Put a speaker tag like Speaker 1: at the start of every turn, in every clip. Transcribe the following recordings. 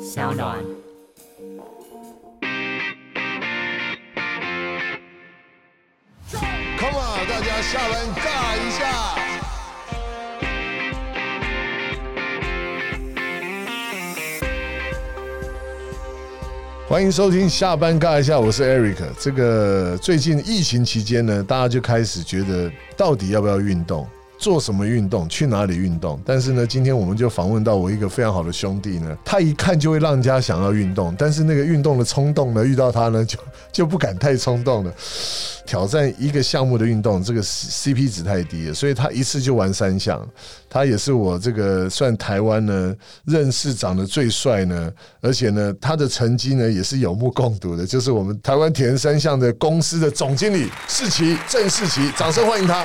Speaker 1: 小暖。
Speaker 2: Come on，大家下班尬一下。欢迎收听下班尬一下，我是 Eric。这个最近疫情期间呢，大家就开始觉得到底要不要运动，做什么运动，去哪里运动。但是呢，今天我们就访问到我一个非常好的兄弟呢，他一看就会让人家想要运动，但是那个运动的冲动呢，遇到他呢就就不敢太冲动了。挑战一个项目的运动，这个 C- CP 值太低了，所以他一次就玩三项。他也是我这个算台湾呢认识长得最帅呢，而且呢他的成绩呢也是有目共睹的，就是我们台湾田三项的公司的总经理世奇郑世奇，掌声欢迎他。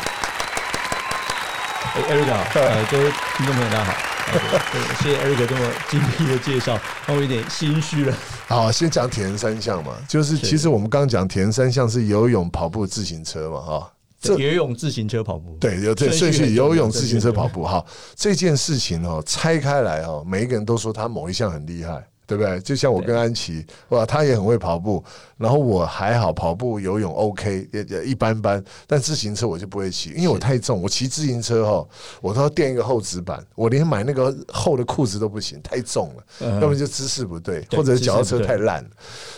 Speaker 3: 哎，Eric 好，呃，各位听众朋友大家好，呃对谢谢 Eric 这么精辟的介绍，让我有点心虚了。
Speaker 2: 好，先讲田三项嘛，就是其实我们刚刚讲田三项是游泳、跑步、自行车嘛，哈。这
Speaker 3: 游泳、自行车、跑步，
Speaker 2: 对，有这顺
Speaker 3: 顺序
Speaker 2: 序
Speaker 3: 很
Speaker 2: 游
Speaker 3: 重要
Speaker 2: 泳、
Speaker 3: 顺
Speaker 2: 自
Speaker 3: 序
Speaker 2: 行车、
Speaker 3: 很重
Speaker 2: 跑
Speaker 3: 要
Speaker 2: 步。好，这件事情哦，拆开来哦，每一个人都说他某一项很厉害，对不对？就像我跟安琪，哇，他也很会跑步，然后我还好，跑步、游泳 OK，也也一般般，但自行车我就不会骑，因为我太重，我骑自行车哦，我都要垫一个厚纸板，我连买那个厚的裤子都不行，太重了，要么就姿势不对，
Speaker 3: 嗯对
Speaker 2: 或者
Speaker 3: 姿势
Speaker 2: 脚踏车
Speaker 3: 不对
Speaker 2: 太烂了，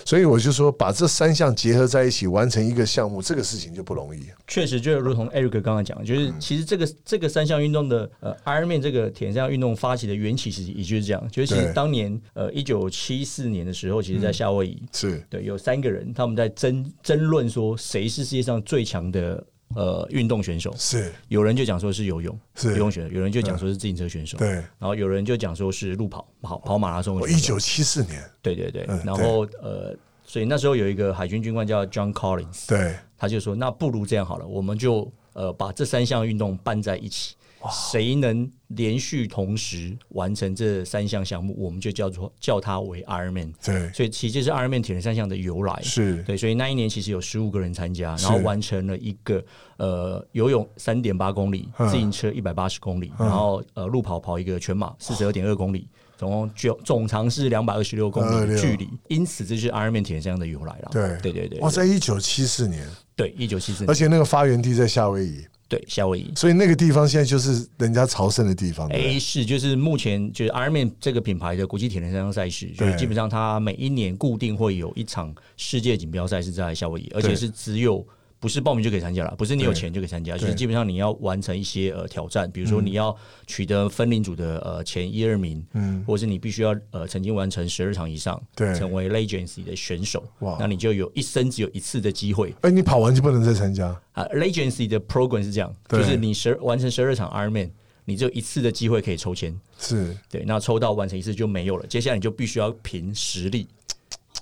Speaker 2: 所以我就说把这三项结合在一起，完成一个项目，这个事情就不容易。
Speaker 3: 确实就如同 Eric 刚刚讲的，
Speaker 2: 嗯
Speaker 3: 就是其实这个这个三项运动的呃 Ironman 这个铁项运动发起的缘起，其实也就是这样，就是其
Speaker 2: 对嗯
Speaker 3: 实当年呃一九七四年的时候，其实在夏威夷，
Speaker 2: 是
Speaker 3: 对，有三个人他们在争争论说谁是世界上最强的呃运动选手，
Speaker 2: 是，
Speaker 3: 有人就讲说是游泳，
Speaker 2: 是
Speaker 3: 游泳选手；有人就讲说是自行车选手，
Speaker 2: 对
Speaker 3: 然后有人就讲说是路跑跑跑马拉松
Speaker 2: 我
Speaker 3: 的
Speaker 2: 哦一
Speaker 3: 选手，
Speaker 2: 九七四年，
Speaker 3: 对对对
Speaker 2: 嗯。
Speaker 3: 然后呃，所以那时候有一个海军军官叫 John Collins，
Speaker 2: 对，
Speaker 3: 他就说，那不如这样好了，我们就呃把这三项运动办在一起，谁能连续同时完成这三项项目，我们就叫做叫它为 Ironman。
Speaker 2: 对，
Speaker 3: 所以其实这是 Ironman 铁人三项的由来。
Speaker 2: 是
Speaker 3: 对，所以那一年其实有十五个人参加，然后完成了一个呃游泳三点八公里，自行车一百八十公里，然后呃路跑跑一个全马四十二点二公里，总共就总长是两百二十六公里的
Speaker 2: 226
Speaker 3: 距离。因此，这是 Ironman 铁人三项的由来啦。
Speaker 2: 对，
Speaker 3: 对对对
Speaker 2: 哇，，在一九七四年，
Speaker 3: 对一九七四
Speaker 2: 而
Speaker 3: 年，
Speaker 2: 且那个发源地在夏威夷，
Speaker 3: 对夏威夷。
Speaker 2: 所以那个地方现在就是人家朝圣的地方。对
Speaker 3: A 是就是目前就是 Ironman 这个品牌的国际铁人三项赛事，就是
Speaker 2: 对
Speaker 3: 基本上它每一年固定会有一场世界锦标赛是在夏威夷，而且是只有不是报名就可以参加了，不是你有钱就可以参加，就是基本上你要完成一些呃挑战，比
Speaker 2: 嗯
Speaker 3: 如说你要取得分领组的呃前一二名，嗯，或者是你必须要呃曾经完成十二场以上，
Speaker 2: 对
Speaker 3: 成为 Legacy 的选手
Speaker 2: 哇，
Speaker 3: 那你就有一生只有一次的机会
Speaker 2: 哎，你跑完就不能再参加，
Speaker 3: 啊，Legacy 的 program 是这样，
Speaker 2: 对
Speaker 3: 就是你十完成十二场 Ironman，你只有一次的机会可以抽签。
Speaker 2: 是
Speaker 3: 对，那抽到完成一次就没有了，接下来你就必须要凭实力。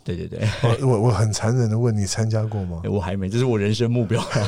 Speaker 3: 对对对，
Speaker 2: 我我我很残忍的问你参加过吗？
Speaker 3: 我还没，这是我人生目标。啊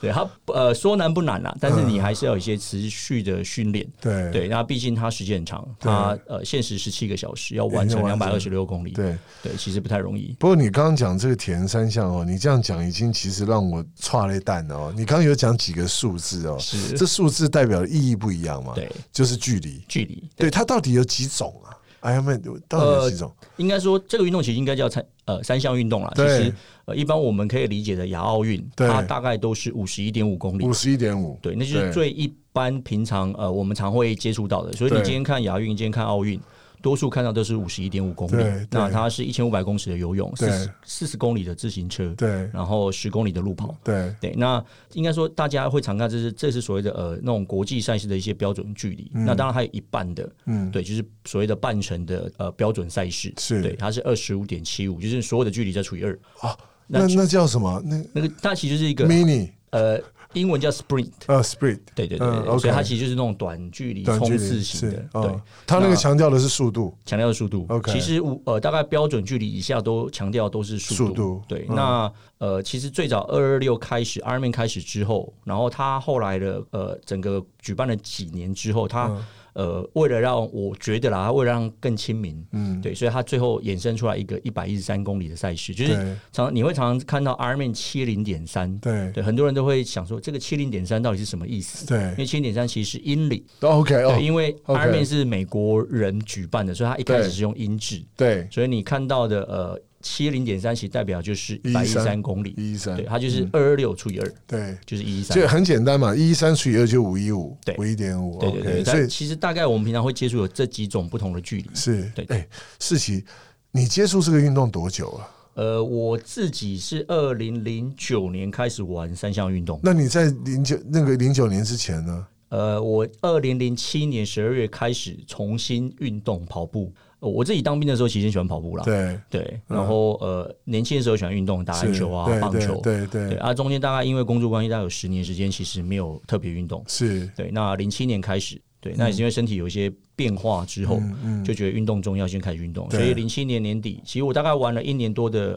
Speaker 3: 对他呃说难不难啦，但是你还是要有一些持续的训练。
Speaker 2: 嗯对
Speaker 3: 对，那毕竟它时间很长，它呃限时十七个小时，要完成
Speaker 2: 也
Speaker 3: 两
Speaker 2: 就
Speaker 3: 百
Speaker 2: 完
Speaker 3: 二
Speaker 2: 成
Speaker 3: 十六公里。
Speaker 2: 对
Speaker 3: 对，其实不太容易。
Speaker 2: 不过你刚刚讲这个铁人三项哦，你这样讲已经其实让我岔了一蛋了哦。你刚刚有讲几个数字哦，
Speaker 3: 是
Speaker 2: 这数字代表的意义不一样嘛？
Speaker 3: 对，
Speaker 2: 就是距离。
Speaker 3: 距离
Speaker 2: 对，它到底有几种啊？Iron Man 到底有几种？
Speaker 3: 应该说，这个运动其实应该叫三呃三项运动啦。其
Speaker 2: 对
Speaker 3: 实呃，一般我们可以理解的亚奥运，
Speaker 2: 对
Speaker 3: 它大概都是五十一点五公里
Speaker 2: 五，十一点五。
Speaker 3: 对，那就是最一般平常呃我们常会接触到的。所以你
Speaker 2: 对
Speaker 3: 今天看亚运，今天看奥运，多数看到都是五十一点五公里
Speaker 2: 对对，
Speaker 3: 那它是一千五百公尺的游泳，
Speaker 2: 对
Speaker 3: 四十四十公里的自行车，
Speaker 2: 对
Speaker 3: 然后十公里的路跑。
Speaker 2: 对
Speaker 3: 对，那应该说大家会常看，这是这是所谓的呃那种国际赛事的一些标准距离。那当然还有一半的，嗯，对，就是所谓的半程的呃标准赛事，
Speaker 2: 是
Speaker 3: 对，它是二十五点七五，就是所有的距离再除以二。
Speaker 2: 啊，那那叫什么？那
Speaker 3: 那个它其实是一个
Speaker 2: mini
Speaker 3: 呃英文叫 sprint，
Speaker 2: 呃 sprint
Speaker 3: 对对对，
Speaker 2: 嗯
Speaker 3: 对
Speaker 2: OK
Speaker 3: 所以它其实就是那种短距离
Speaker 2: 短距
Speaker 3: 冲
Speaker 2: 离
Speaker 3: 刺型的
Speaker 2: 是，
Speaker 3: 对
Speaker 2: 哦，他那个强调的是速度，
Speaker 3: 强调的速度。
Speaker 2: OK
Speaker 3: 其实五呃大概标准距离以下都强调都是速
Speaker 2: 速度
Speaker 3: 对，
Speaker 2: 嗯
Speaker 3: 那呃其实最早二二六开始
Speaker 2: 嗯
Speaker 3: Ironman 开始之后，然后它后来的呃整个举办了几年之后，它、呃，为了让我觉得啦，他为了让更亲民，
Speaker 2: 嗯，
Speaker 3: 对，所以它最后衍生出来一个一百一十三公里的赛事，就是
Speaker 2: 对
Speaker 3: 常你会常常看到 Ironman 七零点三，
Speaker 2: 对
Speaker 3: 对，很多人都会想说这个七零点三到底是什么意思？
Speaker 2: 对
Speaker 3: 因为七零点三其实是英里，
Speaker 2: 都 OK
Speaker 3: 对，
Speaker 2: 哦，
Speaker 3: 因为
Speaker 2: OK
Speaker 3: Ironman 是美国人举办的，所以它一开
Speaker 2: 对
Speaker 3: 始是用英制，
Speaker 2: 对，
Speaker 3: 所以你看到的呃七零点三其实代表就是一百一十
Speaker 2: 113
Speaker 3: 三公里，
Speaker 2: 一三嗯
Speaker 3: 对，它就是二二六除以二，
Speaker 2: 对，
Speaker 3: 就是一一三
Speaker 2: 所以。很简单嘛，一三除以二就五一五
Speaker 3: 对，
Speaker 2: 五一点五
Speaker 3: 对对
Speaker 2: ，OK，
Speaker 3: 对，
Speaker 2: 所以
Speaker 3: 但其实大概我们平常会接触有这几种不同的距离。
Speaker 2: 是
Speaker 3: 对，
Speaker 2: 哎，世奇，你接触这个运动多久啊？
Speaker 3: 呃，我自己是二零零九年开始玩三项运动，
Speaker 2: 那你在零九那个零九年之前呢？
Speaker 3: 呃，我二零零七年十二月开始重新运动跑步。呃我自己当兵的时候其实很喜欢跑步啦，
Speaker 2: 对，
Speaker 3: 对，然后呃，年轻的时候喜欢运动，打篮
Speaker 2: 是
Speaker 3: 球啊
Speaker 2: 对、
Speaker 3: 棒
Speaker 2: 对
Speaker 3: 球，
Speaker 2: 对对
Speaker 3: 对啊，中间大概因为工作关系，大概有十年时间其实没有特别运动。
Speaker 2: 是，
Speaker 3: 对，那零七年开始，对，那也是因为身体有一些变化之后，
Speaker 2: 嗯嗯，
Speaker 3: 就觉得运动重要，先开始运动。
Speaker 2: 对
Speaker 3: 所以零七年年底，其实我大概玩了一年多的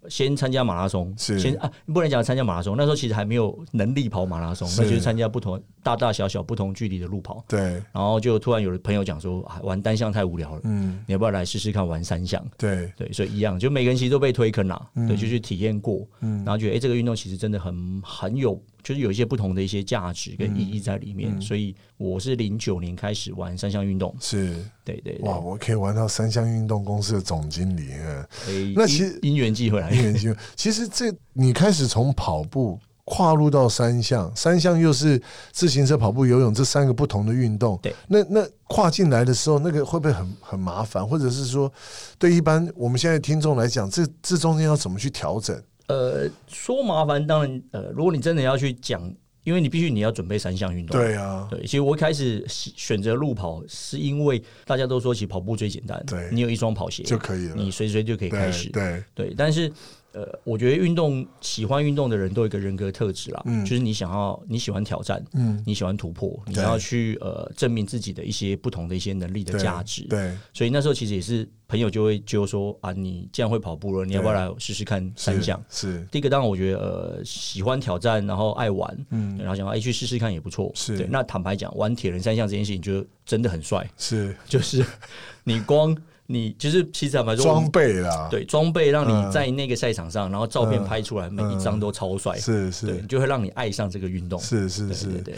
Speaker 3: 呃，先参加马拉松，
Speaker 2: 是
Speaker 3: 先啊，不能讲参加马拉松，那时候其实还没有能力跑马拉松，那就是参加不同大大小小不同距离的路跑。
Speaker 2: 对，
Speaker 3: 然后就突然有朋友讲说，啊、玩单项太无聊了，
Speaker 2: 嗯，
Speaker 3: 你要不要来试试看玩三项？
Speaker 2: 对，
Speaker 3: 对，所以一样，就每个人其实都被推坑啦，
Speaker 2: 嗯
Speaker 3: 对，就去体验过，然后觉得哎、诶这个运动其实真的很很有，就是有一些不同的一些价值
Speaker 2: 嗯
Speaker 3: 跟意义在里面。所以我是零九年开始玩三项运动，
Speaker 2: 是。
Speaker 3: 对对对，
Speaker 2: 哇，我可以玩到三项运动公司的总经理，嗯，
Speaker 3: 诶
Speaker 2: 那
Speaker 3: 因
Speaker 2: 其实
Speaker 3: 因缘际会来，
Speaker 2: 一年机会。其实这你开始从跑步跨入到三项，三项又是自行车、跑步、游泳这三个不同的运动。
Speaker 3: 对，
Speaker 2: 那那跨进来的时候，那个会不会很很麻烦？或者是说，对一般我们现在听众来讲，这这中间要怎么去调整？
Speaker 3: 呃，说麻烦当然，呃，如果你真的要去讲，因为你必须你要准备三项运动，
Speaker 2: 对啊，
Speaker 3: 对，其实我一开始喜选择路跑，是因为大家都说其实跑步最简单，
Speaker 2: 对
Speaker 3: 你有一双跑鞋
Speaker 2: 就可以了。
Speaker 3: 你随时随地就可以开始
Speaker 2: 对，对
Speaker 3: 对，但是呃，我觉得运动喜欢运动的人都有一个人格特质啦，就是你想要你喜欢挑战，
Speaker 2: 嗯，
Speaker 3: 你喜欢突破，你
Speaker 2: 对
Speaker 3: 要去呃证明自己的一些不同的一些能力的
Speaker 2: 对
Speaker 3: 价值。
Speaker 2: 对
Speaker 3: 所以那时候其实也是朋友就会就说啊，你既然会跑步了，你要不要来试试看三
Speaker 2: 是
Speaker 3: 项？
Speaker 2: 是
Speaker 3: 第一个当然我觉得呃喜欢挑战，然后爱玩，嗯，然后想要哎、去试试看也不错。
Speaker 2: 是
Speaker 3: 对，那坦白讲，玩铁人三项这件事情就真的很帅，
Speaker 2: 是
Speaker 3: 就是你光你就是其实坦白说，我
Speaker 2: 装嗯
Speaker 3: 们
Speaker 2: 备啦，
Speaker 3: 对，装备让你在那个赛场上，然后照片拍出来，每一张都超帅，
Speaker 2: 嗯是
Speaker 3: 对，
Speaker 2: 是
Speaker 3: 你就会让你爱上这个运动。
Speaker 2: 是是
Speaker 3: 对对
Speaker 2: 是。
Speaker 3: 对，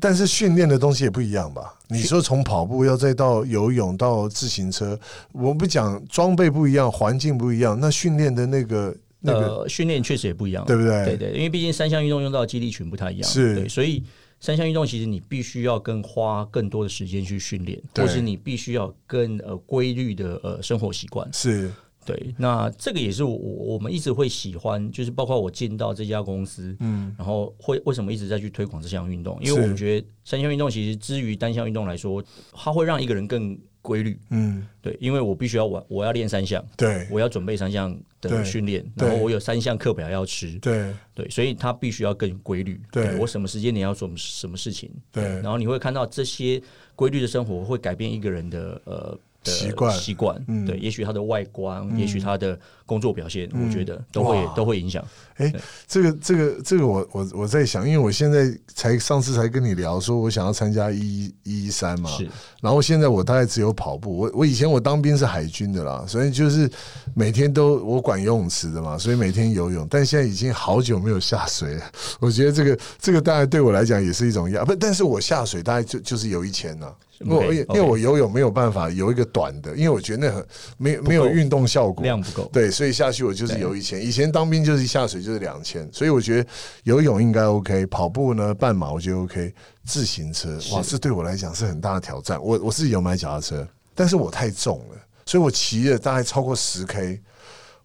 Speaker 2: 但是训练的东西也不一样吧？你说从跑步要再到游泳到自行车，我们不讲装备不一样，环境不一样，那训练的那个那个、
Speaker 3: 呃，训练确实也不一样，
Speaker 2: 对不对？
Speaker 3: 对对，因为毕竟三项运动用到的肌力群不太一样，
Speaker 2: 哎是
Speaker 3: 对，所以三项运动其实你必须要更花更多的时间去训练，
Speaker 2: 对
Speaker 3: 或是你必须要更呃规律的呃生活习惯。
Speaker 2: 是
Speaker 3: 对，那这个也是我我我们一直会喜欢，就是包括我进到这家公司，嗯，然后会为什么一直在去推广这项运动？因为
Speaker 2: 是
Speaker 3: 我们觉得三项运动其实之于单项运动来说，它会让一个人更规律。
Speaker 2: 嗯，
Speaker 3: 对，因为我必须要玩，我要练三项，
Speaker 2: 对
Speaker 3: 我要准备三项
Speaker 2: 对
Speaker 3: 的训练，
Speaker 2: 对
Speaker 3: 然后我有三项课表要吃，
Speaker 2: 对
Speaker 3: 对，所以它必须要更规律。
Speaker 2: 对
Speaker 3: 我什么时间你要做什么事情，
Speaker 2: 对
Speaker 3: 然后你会看到这些规律的生活会改变一个人的呃。的
Speaker 2: 习惯
Speaker 3: 习惯，
Speaker 2: 嗯
Speaker 3: 对，也许他的外观，也许他的工作表现，我觉得都会
Speaker 2: 嗯哇
Speaker 3: 都会影响。
Speaker 2: 哎、这个这个这个我我我在想，因为我现在才上次才跟你聊，说我想要参加一一三嘛，
Speaker 3: 是
Speaker 2: 然后现在我大概只有跑步。我我以前我当兵是海军的啦，所以就是每天都我管游泳池的嘛，所以每天游泳。但现在已经好久没有下水了， 我觉得这个这个当然对我来讲也是一种压，不，但是我下水大概就就是游一千呐、我
Speaker 3: OK，
Speaker 2: 因为
Speaker 3: OK
Speaker 2: 因为我游泳没有办法游一个短的，因为我觉得那很没没有运动效果，
Speaker 3: 量不够。
Speaker 2: 对，所以下去我就是游一千。以前当兵就是一下水就是两千，所以我觉得游泳应该 OK，跑步呢半马我觉得 OK，自行车哇，这对我来讲是很大的挑战。我我自己有买脚踏车，但是我太重了，所以我骑了大概超过十 K，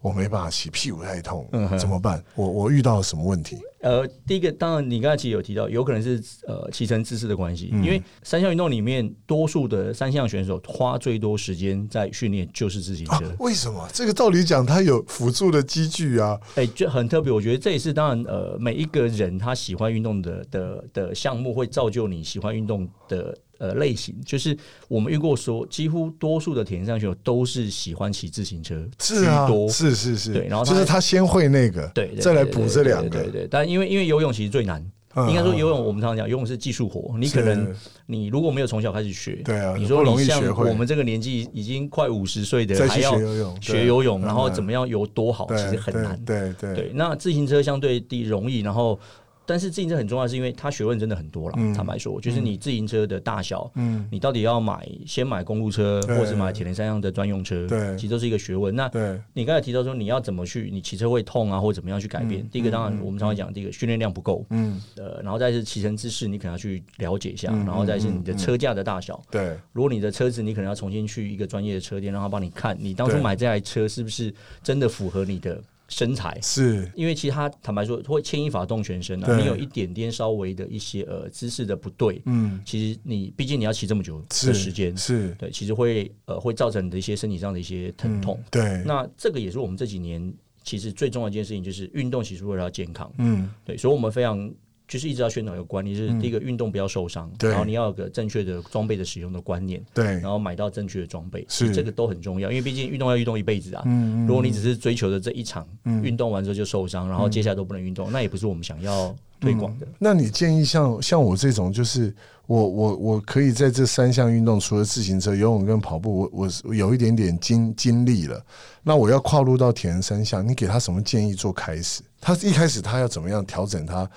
Speaker 2: 我没办法骑，屁股太痛，
Speaker 3: 嗯
Speaker 2: 怎么办？我我遇到了什么问题？
Speaker 3: 呃，第一个当然你刚才其实有提到，有可能是呃骑乘姿势的关系，
Speaker 2: 嗯
Speaker 3: 因为三项运动里面多数的三项选手花最多时间在训练就是自行
Speaker 2: 啊
Speaker 3: 车，，
Speaker 2: 为什么？这个道理讲，它有辅助的机具啊，
Speaker 3: 哎、就很特别。我觉得这也是当然，呃，每一个人他喜欢运动的的的项目，会造就你喜欢运动的呃类型。就是我们遇过说，几乎多数的铁人三项选手都是喜欢骑自行车
Speaker 2: 是啊
Speaker 3: 居，多。
Speaker 2: 是是是，
Speaker 3: 对然后它
Speaker 2: 就是他先会那个，
Speaker 3: 对，对
Speaker 2: 再来
Speaker 3: 对
Speaker 2: 补
Speaker 3: 对
Speaker 2: 这
Speaker 3: 对
Speaker 2: 两
Speaker 3: 对
Speaker 2: 个
Speaker 3: 对，对但因为因为游泳其实最难，
Speaker 2: 嗯
Speaker 3: 应该说游泳，我们常常讲游泳是技术活，你可能你如果没有从小开始学，
Speaker 2: 对啊
Speaker 3: 你说
Speaker 2: 不容易
Speaker 3: 你像
Speaker 2: 学会
Speaker 3: 我们这个年纪已经快五十岁的，
Speaker 2: 再去
Speaker 3: 还要
Speaker 2: 学游泳对
Speaker 3: 学游泳，
Speaker 2: 很
Speaker 3: 然后
Speaker 2: 难
Speaker 3: 怎么样游多好，
Speaker 2: 对
Speaker 3: 其实很难。
Speaker 2: 对对
Speaker 3: 对，那自行车相对地容易，然后但是自行车很重要，是因为它学问真的很多了。坦白说，就是你自行车的大小，
Speaker 2: 嗯
Speaker 3: 你到底要买先买公路车，
Speaker 2: 对
Speaker 3: 或者买铁人三项的专用车，
Speaker 2: 对
Speaker 3: 其实都是一个学问。那
Speaker 2: 对
Speaker 3: 你刚才提到说你要怎么去，你骑车会痛啊，或者怎么样去改变？第一个当然我们常常讲，第一个训练量不够，
Speaker 2: 嗯
Speaker 3: 呃，然后再是骑乘姿势，你可能要去了解一下，然后再
Speaker 2: 嗯
Speaker 3: 是你的车架的大小。
Speaker 2: 对
Speaker 3: 如果你的车子，你可能要重新去一个专业的车店，让他帮你看你当初
Speaker 2: 对
Speaker 3: 买这台车是不是真的符合你的身材。
Speaker 2: 是
Speaker 3: 因为其实他坦白说会牵一发动全身啊，
Speaker 2: 对
Speaker 3: 你有一点点稍微的一些呃姿势的不对，
Speaker 2: 嗯
Speaker 3: 其实你毕竟你要骑这么久
Speaker 2: 是
Speaker 3: 的时间，
Speaker 2: 是嗯
Speaker 3: 对，其实会呃会造成你的一些身体上的一些疼痛。
Speaker 2: 对
Speaker 3: 那这个也是我们这几年其实最重要的一件事情，就是运动其实为了要健康，
Speaker 2: 嗯
Speaker 3: 对，所以我们非常。就是一直要宣导一个观念，就是第一个运动不要受伤，
Speaker 2: 对
Speaker 3: 然后你要有个正确的装备的使用的观念，
Speaker 2: 对
Speaker 3: 然后买到正确的装备，
Speaker 2: 是
Speaker 3: 其实这个都很重要，因为毕竟运动要运动一辈子啊。
Speaker 2: 嗯
Speaker 3: 如果你只是追求的这一场运动完之后就受伤，然后接下来都不能运动，那也不是我们想
Speaker 2: 嗯
Speaker 3: 要推广的。
Speaker 2: 那你建议像像我这种，就是我我我可以在这三项运动，除了自行车、游泳跟跑步，我我我有一点点经经历了，那我要跨入到铁人三项，你给他什么建议做开始？他一开始他要怎么样调整他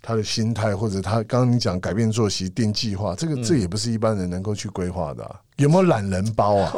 Speaker 2: 他的心态，或者他刚刚你讲改变作息、定计划，这
Speaker 3: 嗯
Speaker 2: 个这也不是一般人能够去规划的啊、有没有懒人包 啊？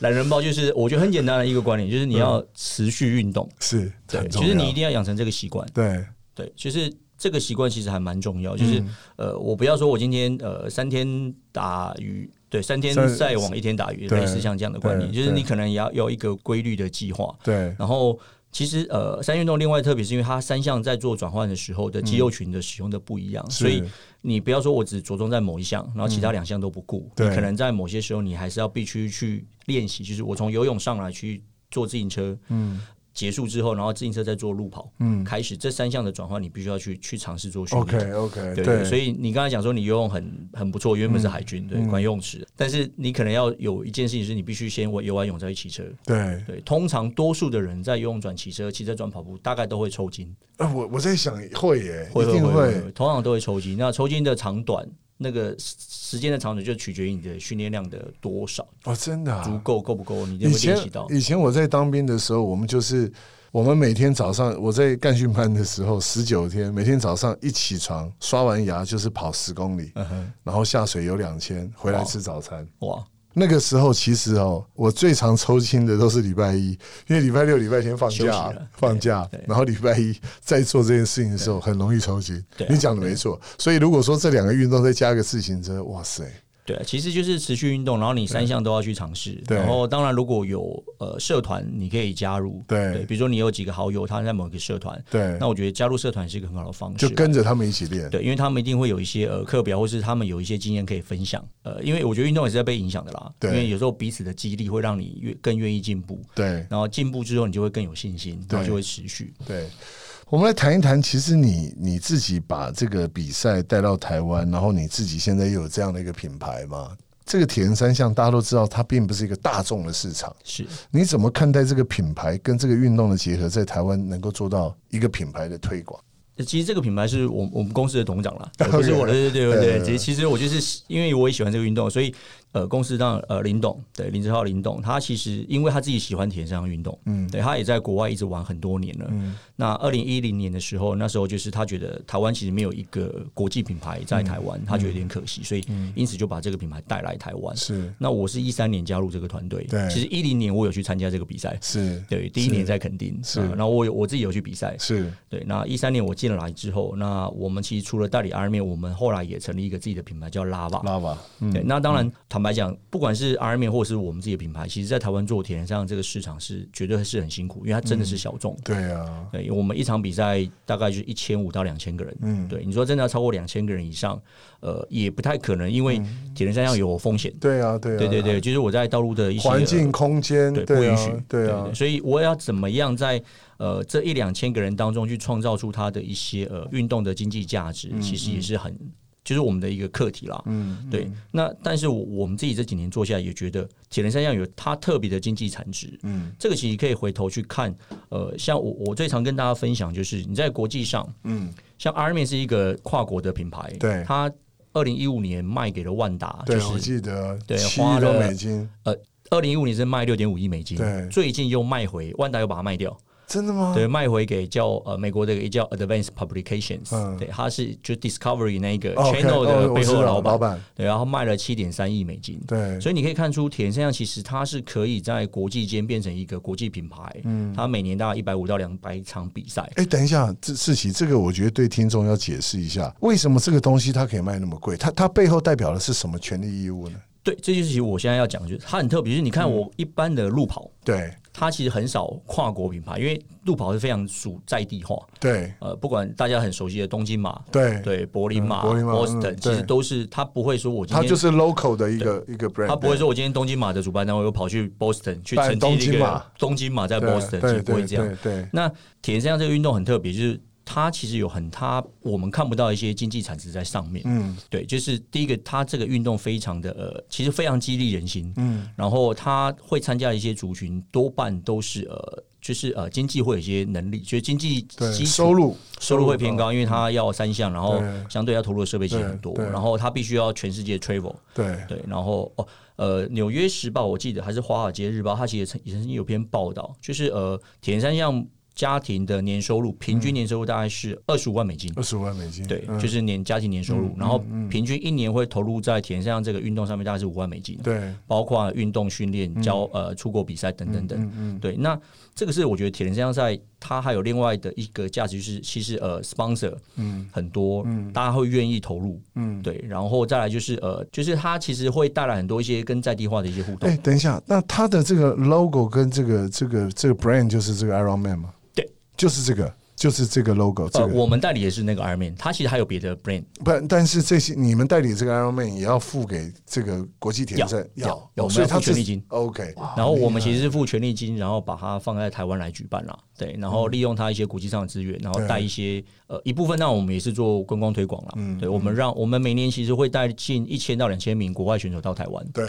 Speaker 3: 懒人包就是我觉得很简单的一个观念，就是你要持续运动。
Speaker 2: 是，嗯
Speaker 3: 对，
Speaker 2: 很
Speaker 3: 其
Speaker 2: 重
Speaker 3: 实
Speaker 2: 要。
Speaker 3: 你一定要养成这个习惯。
Speaker 2: 对
Speaker 3: 对，就是这个习惯其实还蛮重要。就是、
Speaker 2: 嗯
Speaker 3: 呃，我不要说我今天呃三天打鱼，对，三天
Speaker 2: 三
Speaker 3: 晒网一天打鱼，
Speaker 2: 对
Speaker 3: 类似像这样的观念，
Speaker 2: 对
Speaker 3: 就是
Speaker 2: 对
Speaker 3: 你可能也要有一个规律的计划。
Speaker 2: 对
Speaker 3: 然后其实呃，三运动另外特别是因为它三项在做转换的时候的肌肉群的使用的不一样，
Speaker 2: 是
Speaker 3: 所以你不要说我只着重在某一项，然后其他两项都不顾，
Speaker 2: 对
Speaker 3: 你可能在某些时候你还是要必须去练习，就是我从游泳上来去做自行车，嗯。结束之后，然后自行车再做路跑，嗯，开始这三项的转换，你必须要去去尝试做训练。
Speaker 2: ，OK OK，
Speaker 3: 对所以你刚才讲说你游泳很很不错，原本是海军、对，管游泳池，但是你可能要有一件事情是你必须先我游完泳再去骑车，
Speaker 2: 对，
Speaker 3: 对，通常多数的人在游泳转骑车、骑车转跑步，大概都会抽筋，
Speaker 2: 啊，我我在想会耶，
Speaker 3: 会
Speaker 2: 一定
Speaker 3: 会，会，通常都会抽筋。那抽筋的长短，那个时时间的长短就取决于你的训练量的多少，
Speaker 2: 哦，真的、啊，
Speaker 3: 足够够不够，你就
Speaker 2: 以
Speaker 3: 会
Speaker 2: 前
Speaker 3: 练习到。
Speaker 2: 以前我在当兵的时候，我们就是我们每天早上我在干训班的时候，十九天每天早上一起床刷完牙就是跑十公里，
Speaker 3: 嗯
Speaker 2: 然后下水游两千，回来吃早餐。
Speaker 3: 哇，
Speaker 2: 那个时候其实哦，我最常抽筋的都是礼拜一，因为礼拜六、礼拜天放
Speaker 3: 休息
Speaker 2: 假
Speaker 3: 了，
Speaker 2: 放假，然后礼拜一在做这件事情的时候，很容易抽筋
Speaker 3: 对。啊
Speaker 2: 你讲的没错，所以如果说这两个运动再加个自行车，哇塞，
Speaker 3: 对啊，其实就是持续运动，然后你三项都要去尝试。
Speaker 2: 对
Speaker 3: 然后当然，如果有呃社团，你可以加入。
Speaker 2: 对
Speaker 3: 比如说你有几个好友，他在某个社团，
Speaker 2: 对
Speaker 3: 那，我觉得加入社团是一个很好的方式
Speaker 2: 就
Speaker 3: 啊。
Speaker 2: 跟着他们一起练。
Speaker 3: 对，因为他们一定会有一些呃课表，或是他们有一些经验可以分享。呃，因为我觉得运动也是在被影响的啦。
Speaker 2: 对
Speaker 3: 因为有时候彼此的激励会让你越更愿意进步，
Speaker 2: 对，
Speaker 3: 然后进步之后你就会更有信心，然后就会持续。
Speaker 2: 对，我们来谈一谈，其实你你自己把这个比赛带到台湾，然后你自己现在又有这样的一个品牌嘛？这个铁人三项大家都知道，它并不是一个大众的市场。
Speaker 3: 是，
Speaker 2: 你怎么看待这个品牌跟这个运动的结合，在台湾能够做到一个品牌的推广？
Speaker 3: 呃其实这个品牌是我我们公司的董事长啦， 呃不是我的，对对对对。其实其实我就是因为我也喜欢这个运动，所以呃，公司让呃林董对林志浩林董，他其实因为他自己喜欢田上运动，嗯，对他也在国外一直玩很多年了。
Speaker 2: 嗯
Speaker 3: 那二零一零年的时候，那时候就是他觉得台湾其实没有一个国际品牌
Speaker 2: 嗯
Speaker 3: 在台湾，他觉得有点可惜，所以因此就把这个品牌带来台湾。
Speaker 2: 是
Speaker 3: 那我是一三年加入这个团队，
Speaker 2: 对
Speaker 3: 其实一零年我有去参加这个比赛，
Speaker 2: 是
Speaker 3: 对，第一年在垦丁，
Speaker 2: 是
Speaker 3: 啊然后我有我自己有去比赛，
Speaker 2: 是
Speaker 3: 对，那一三年我进来之后，那我们其实除了代理 R 面，我们后来也成立一个自己的品牌叫拉瓦。
Speaker 2: 拉吧，
Speaker 3: 对，那当然，坦白讲，不管是 R 面或是我们自己的品牌，其实在台湾做铁人上这个市场是绝对是很辛苦，因为它真的是小众。
Speaker 2: 对啊，
Speaker 3: 对，我们一场比赛大概就是一千五到两千个人。嗯，对，你说真的要超过两千个人以上，呃，也不太可能，因为铁人三项有风险。
Speaker 2: 对啊，对啊，
Speaker 3: 对对对，就是我在道路的一些
Speaker 2: 环境、空间，
Speaker 3: 对，不
Speaker 2: 对
Speaker 3: 允
Speaker 2: 啊
Speaker 3: 许，，
Speaker 2: 对
Speaker 3: 对
Speaker 2: 啊，
Speaker 3: 所以我要怎么样在呃这
Speaker 2: 嗯
Speaker 3: 一两千个人当中去创造出他的一些呃运动的经济价值，其实也是很。就是我们的一个课题啦。嗯，对。那但是我我们自己这几年做下来，也觉得铁人三项有它特别的经济产值。嗯，这个其实可以回头去看。呃，像我我最常跟大家分享就是你在国际上，嗯，像 Army 是一个跨国的品牌，
Speaker 2: 对
Speaker 3: 它二零一五年卖给了万达，
Speaker 2: 对啊
Speaker 3: 就，
Speaker 2: 我
Speaker 3: 是
Speaker 2: 记得
Speaker 3: 对
Speaker 2: 七
Speaker 3: 花
Speaker 2: 亿多
Speaker 3: 了
Speaker 2: 美金，
Speaker 3: 呃。二零一五年是卖六点五亿美金
Speaker 2: 对，
Speaker 3: 最近又卖回万达，又把它卖掉，
Speaker 2: 真的吗？
Speaker 3: 对，卖回给叫呃美国的一个叫 Advanced Publications，、
Speaker 2: 嗯
Speaker 3: 对，它是就 Discovery 那一个
Speaker 2: 哦，OK，哦
Speaker 3: channel 呃的
Speaker 2: 我
Speaker 3: 背后
Speaker 2: 知道
Speaker 3: 的老板，
Speaker 2: 老板
Speaker 3: 对，然后卖了七点三亿美金，
Speaker 2: 对
Speaker 3: 所以你可以看出铁人三项其实它是可以在国际间变成一个国际品牌，
Speaker 2: 嗯
Speaker 3: 它每年大概一百五到两百场比赛，
Speaker 2: 哎、等一下，这世奇，这个我觉得对听众要解释一下，为什么这个东西它可以卖那么贵？它它背后代表的是什么权利义务呢？
Speaker 3: 对，这就是其实我现在要讲的就是它很特别，就是你看
Speaker 2: 嗯
Speaker 3: 我一般的路跑，
Speaker 2: 对
Speaker 3: 它其实很少跨国品牌，因为路跑是非常属在地化，
Speaker 2: 对
Speaker 3: 呃，不管大家很熟悉的东京马。
Speaker 2: 对，
Speaker 3: 对，柏林
Speaker 2: 嗯
Speaker 3: 马、
Speaker 2: 柏林马嗯
Speaker 3: Boston，其
Speaker 2: 对
Speaker 3: 实都是它不会说我今
Speaker 2: 它
Speaker 3: 天
Speaker 2: 就是 local 的一个一个 brand，
Speaker 3: 他不会说，我今天东京马的主办单位又跑去 Boston 去
Speaker 2: 办
Speaker 3: 承
Speaker 2: 东
Speaker 3: 接
Speaker 2: 京
Speaker 3: 一个
Speaker 2: 马
Speaker 3: 东京马在
Speaker 2: 对
Speaker 3: Boston，
Speaker 2: 对
Speaker 3: 是不会
Speaker 2: 对
Speaker 3: 这样
Speaker 2: 对。对
Speaker 3: 那铁人三项这个运动很特别，就是它其实有很它我们看不到一些经济产值在上面。
Speaker 2: 嗯，
Speaker 3: 对，就是第一个，它这个运动非常的呃，其实非常激励人心。嗯，然后它会参加一些族群，多半都是呃，就是呃经济会有一些能力，就是经济
Speaker 2: 对，
Speaker 3: 基础
Speaker 2: 收入
Speaker 3: 收入会偏高，因为它要三项，然后
Speaker 2: 对
Speaker 3: 相对要投入的设备其实很
Speaker 2: 对
Speaker 3: 多，
Speaker 2: 对
Speaker 3: 然后它必须要全世界 travel。
Speaker 2: 对
Speaker 3: 对，然后哦，呃，《纽约时报》我记得还是《华尔街日报》，它其实曾也曾经有篇报道，就是呃，铁人三项家庭的年收入平均年收入大概是二十五万美金。
Speaker 2: 二十五万美金，
Speaker 3: 对，
Speaker 2: 嗯
Speaker 3: 就是年家庭年收入，然后平均一年会投入在铁人三项这个运动上面，大概是五万美金，
Speaker 2: 对
Speaker 3: 包括运动训练、
Speaker 2: 嗯
Speaker 3: 教呃出国比赛等等等。对，那这个是我觉得铁人三项赛它还有另外的一个价值，就是其实呃 sponsor 很多，大家会愿意投入，
Speaker 2: 嗯
Speaker 3: 对，然后再来就是呃，就是它其实会带来很多一些跟在地化的一些互动。
Speaker 2: 哎、等一下，那它的这个 logo 跟这个这个这个 brand 就是这个 Iron Man 吗？
Speaker 3: 对，
Speaker 2: 就是这个，就是这个 logo。这
Speaker 3: 呃，
Speaker 2: 个、
Speaker 3: 我们代理也是那个 Ironman，它其实还有别的 brand，
Speaker 2: 不，但是这些你们代理这个 Iron Man 也要付给这个国际铁人赛，
Speaker 3: 要要
Speaker 2: 要，
Speaker 3: 我们
Speaker 2: 所以
Speaker 3: 要
Speaker 2: 它
Speaker 3: 付权
Speaker 2: 是
Speaker 3: 利金
Speaker 2: OK。
Speaker 3: 然后我们其实是付权利金，然后把它放在台湾来举办啦。对，
Speaker 2: 嗯
Speaker 3: 然后利用它一些国际上的资源，然后带一些呃一部分，那我们也是做观光推广啦。
Speaker 2: 嗯
Speaker 3: 对，我们让我们每年其实会带近一千到两千名国外选手到台湾。
Speaker 2: 对，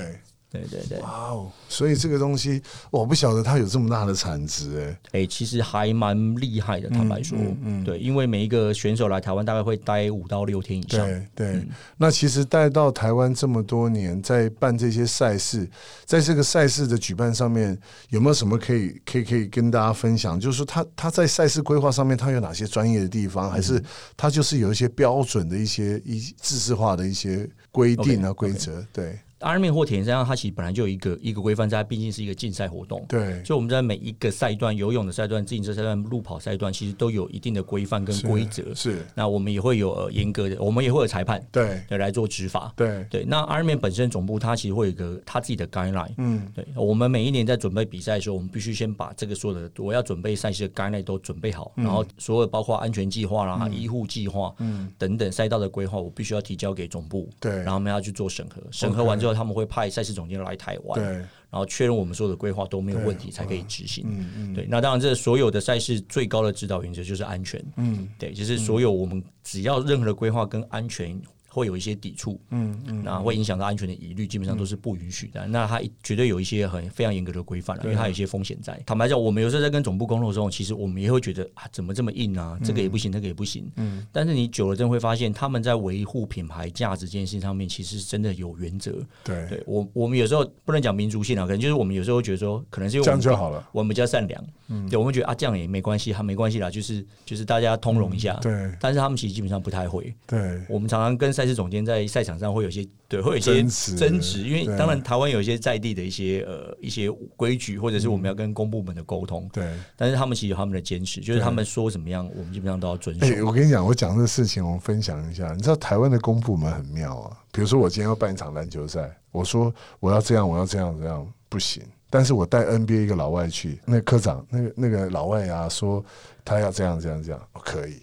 Speaker 3: 对对对，
Speaker 2: 哇哦！所以这个东西我不晓得它有这么大的产值哎、
Speaker 3: 哎、其实还蛮厉害的，坦白
Speaker 2: 嗯
Speaker 3: 说，对，因为每一个选手来台湾大概会待五到六天以上。
Speaker 2: 对对，
Speaker 3: 嗯
Speaker 2: 那其实带到台湾这么多年，在办这些赛事，在这个赛事的举办上面，有没有什么可以可以可以跟大家分享？就是说他他在赛事规划上面，他有哪些专业的地方，还
Speaker 3: 嗯
Speaker 2: 是他就是有一些标准的一些一自治化的一些规定啊规则？对
Speaker 3: Ironman 或铁人三项，它其实本来就有一个一个规范在，它毕竟是一个竞赛活动。
Speaker 2: 对
Speaker 3: 所以我们在每一个赛段，游泳的赛段、自行车赛段、路跑赛段，其实都有一定的规范跟规则。
Speaker 2: 是，
Speaker 3: 那我们也会有呃严格的，我们也会有裁判
Speaker 2: 对
Speaker 3: 对来做执法。
Speaker 2: 对
Speaker 3: 对，那 Ironman 本身总部它其实会有一个它自己的 guideline。
Speaker 2: 嗯，
Speaker 3: 对，我们每一年在准备比赛的时候，我们必须先把这个所有的我要准备赛事的 guideline 都准备
Speaker 2: 嗯
Speaker 3: 好，然后所有包括安全计划啦、医护计划、等等赛道的规划，我必须要提交给总部。
Speaker 2: 嗯对
Speaker 3: 然后我们要去做审核，审核完之后，他们会派赛事总监来台湾，
Speaker 2: 对
Speaker 3: 然后确认我们所有的规划都没有问题，才可以执行。对，那当然，这所有的赛事最高的指导原则就是安全。嗯，对，就是所有我们只要任何的规划跟安全。会有一些抵触，嗯嗯，那会影响到安全的疑虑，基本上都是不允许的。那它绝对有一些很非常严格的规范了，因为它有一些风险在。坦白讲，我们有时候在跟总部沟通的时候，其实我们也会觉得啊，怎么这么硬啊？这个也不行，那个也不行。嗯，但是你久了真的会发现，他们在维护品牌价值这件事情上面，其实是真的有原则。
Speaker 2: 对，
Speaker 3: 对我，我们有时候不能讲民族性啊，可能就是我们有时候会觉得说，可能是因为
Speaker 2: 这
Speaker 3: 我
Speaker 2: 样
Speaker 3: 们
Speaker 2: 就好了。嗯
Speaker 3: 我们比较善良，对，我们觉得啊，这样也没关系，他没关系啦，就是就是大家通融一下。
Speaker 2: 嗯对
Speaker 3: 但是他们其实基本上不太会。
Speaker 2: 对
Speaker 3: 我们常常跟赛事总监在赛场上会有一些对，会有一些
Speaker 2: 争执
Speaker 3: 争执，因为
Speaker 2: 对
Speaker 3: 当然台湾有一些在地的一些呃一些规矩，或者是我
Speaker 2: 嗯
Speaker 3: 们要跟公部门的沟通，
Speaker 2: 对。
Speaker 3: 但是他们其实有他们的坚持，就是他们说怎么样，我们基本上都要遵
Speaker 2: 哎、
Speaker 3: 守。
Speaker 2: 我跟你讲，我讲这事情，我们分享一下。你知道台湾的公部门很妙啊，比如说我今天要办一场篮球赛，我说我要这样，我要这样，这样不行。但是我带 NBA 一个老外去，那个科长，那个那个老外啊，说他要这样这样这样，哦可以。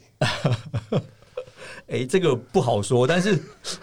Speaker 3: 哎、这个不好说，但是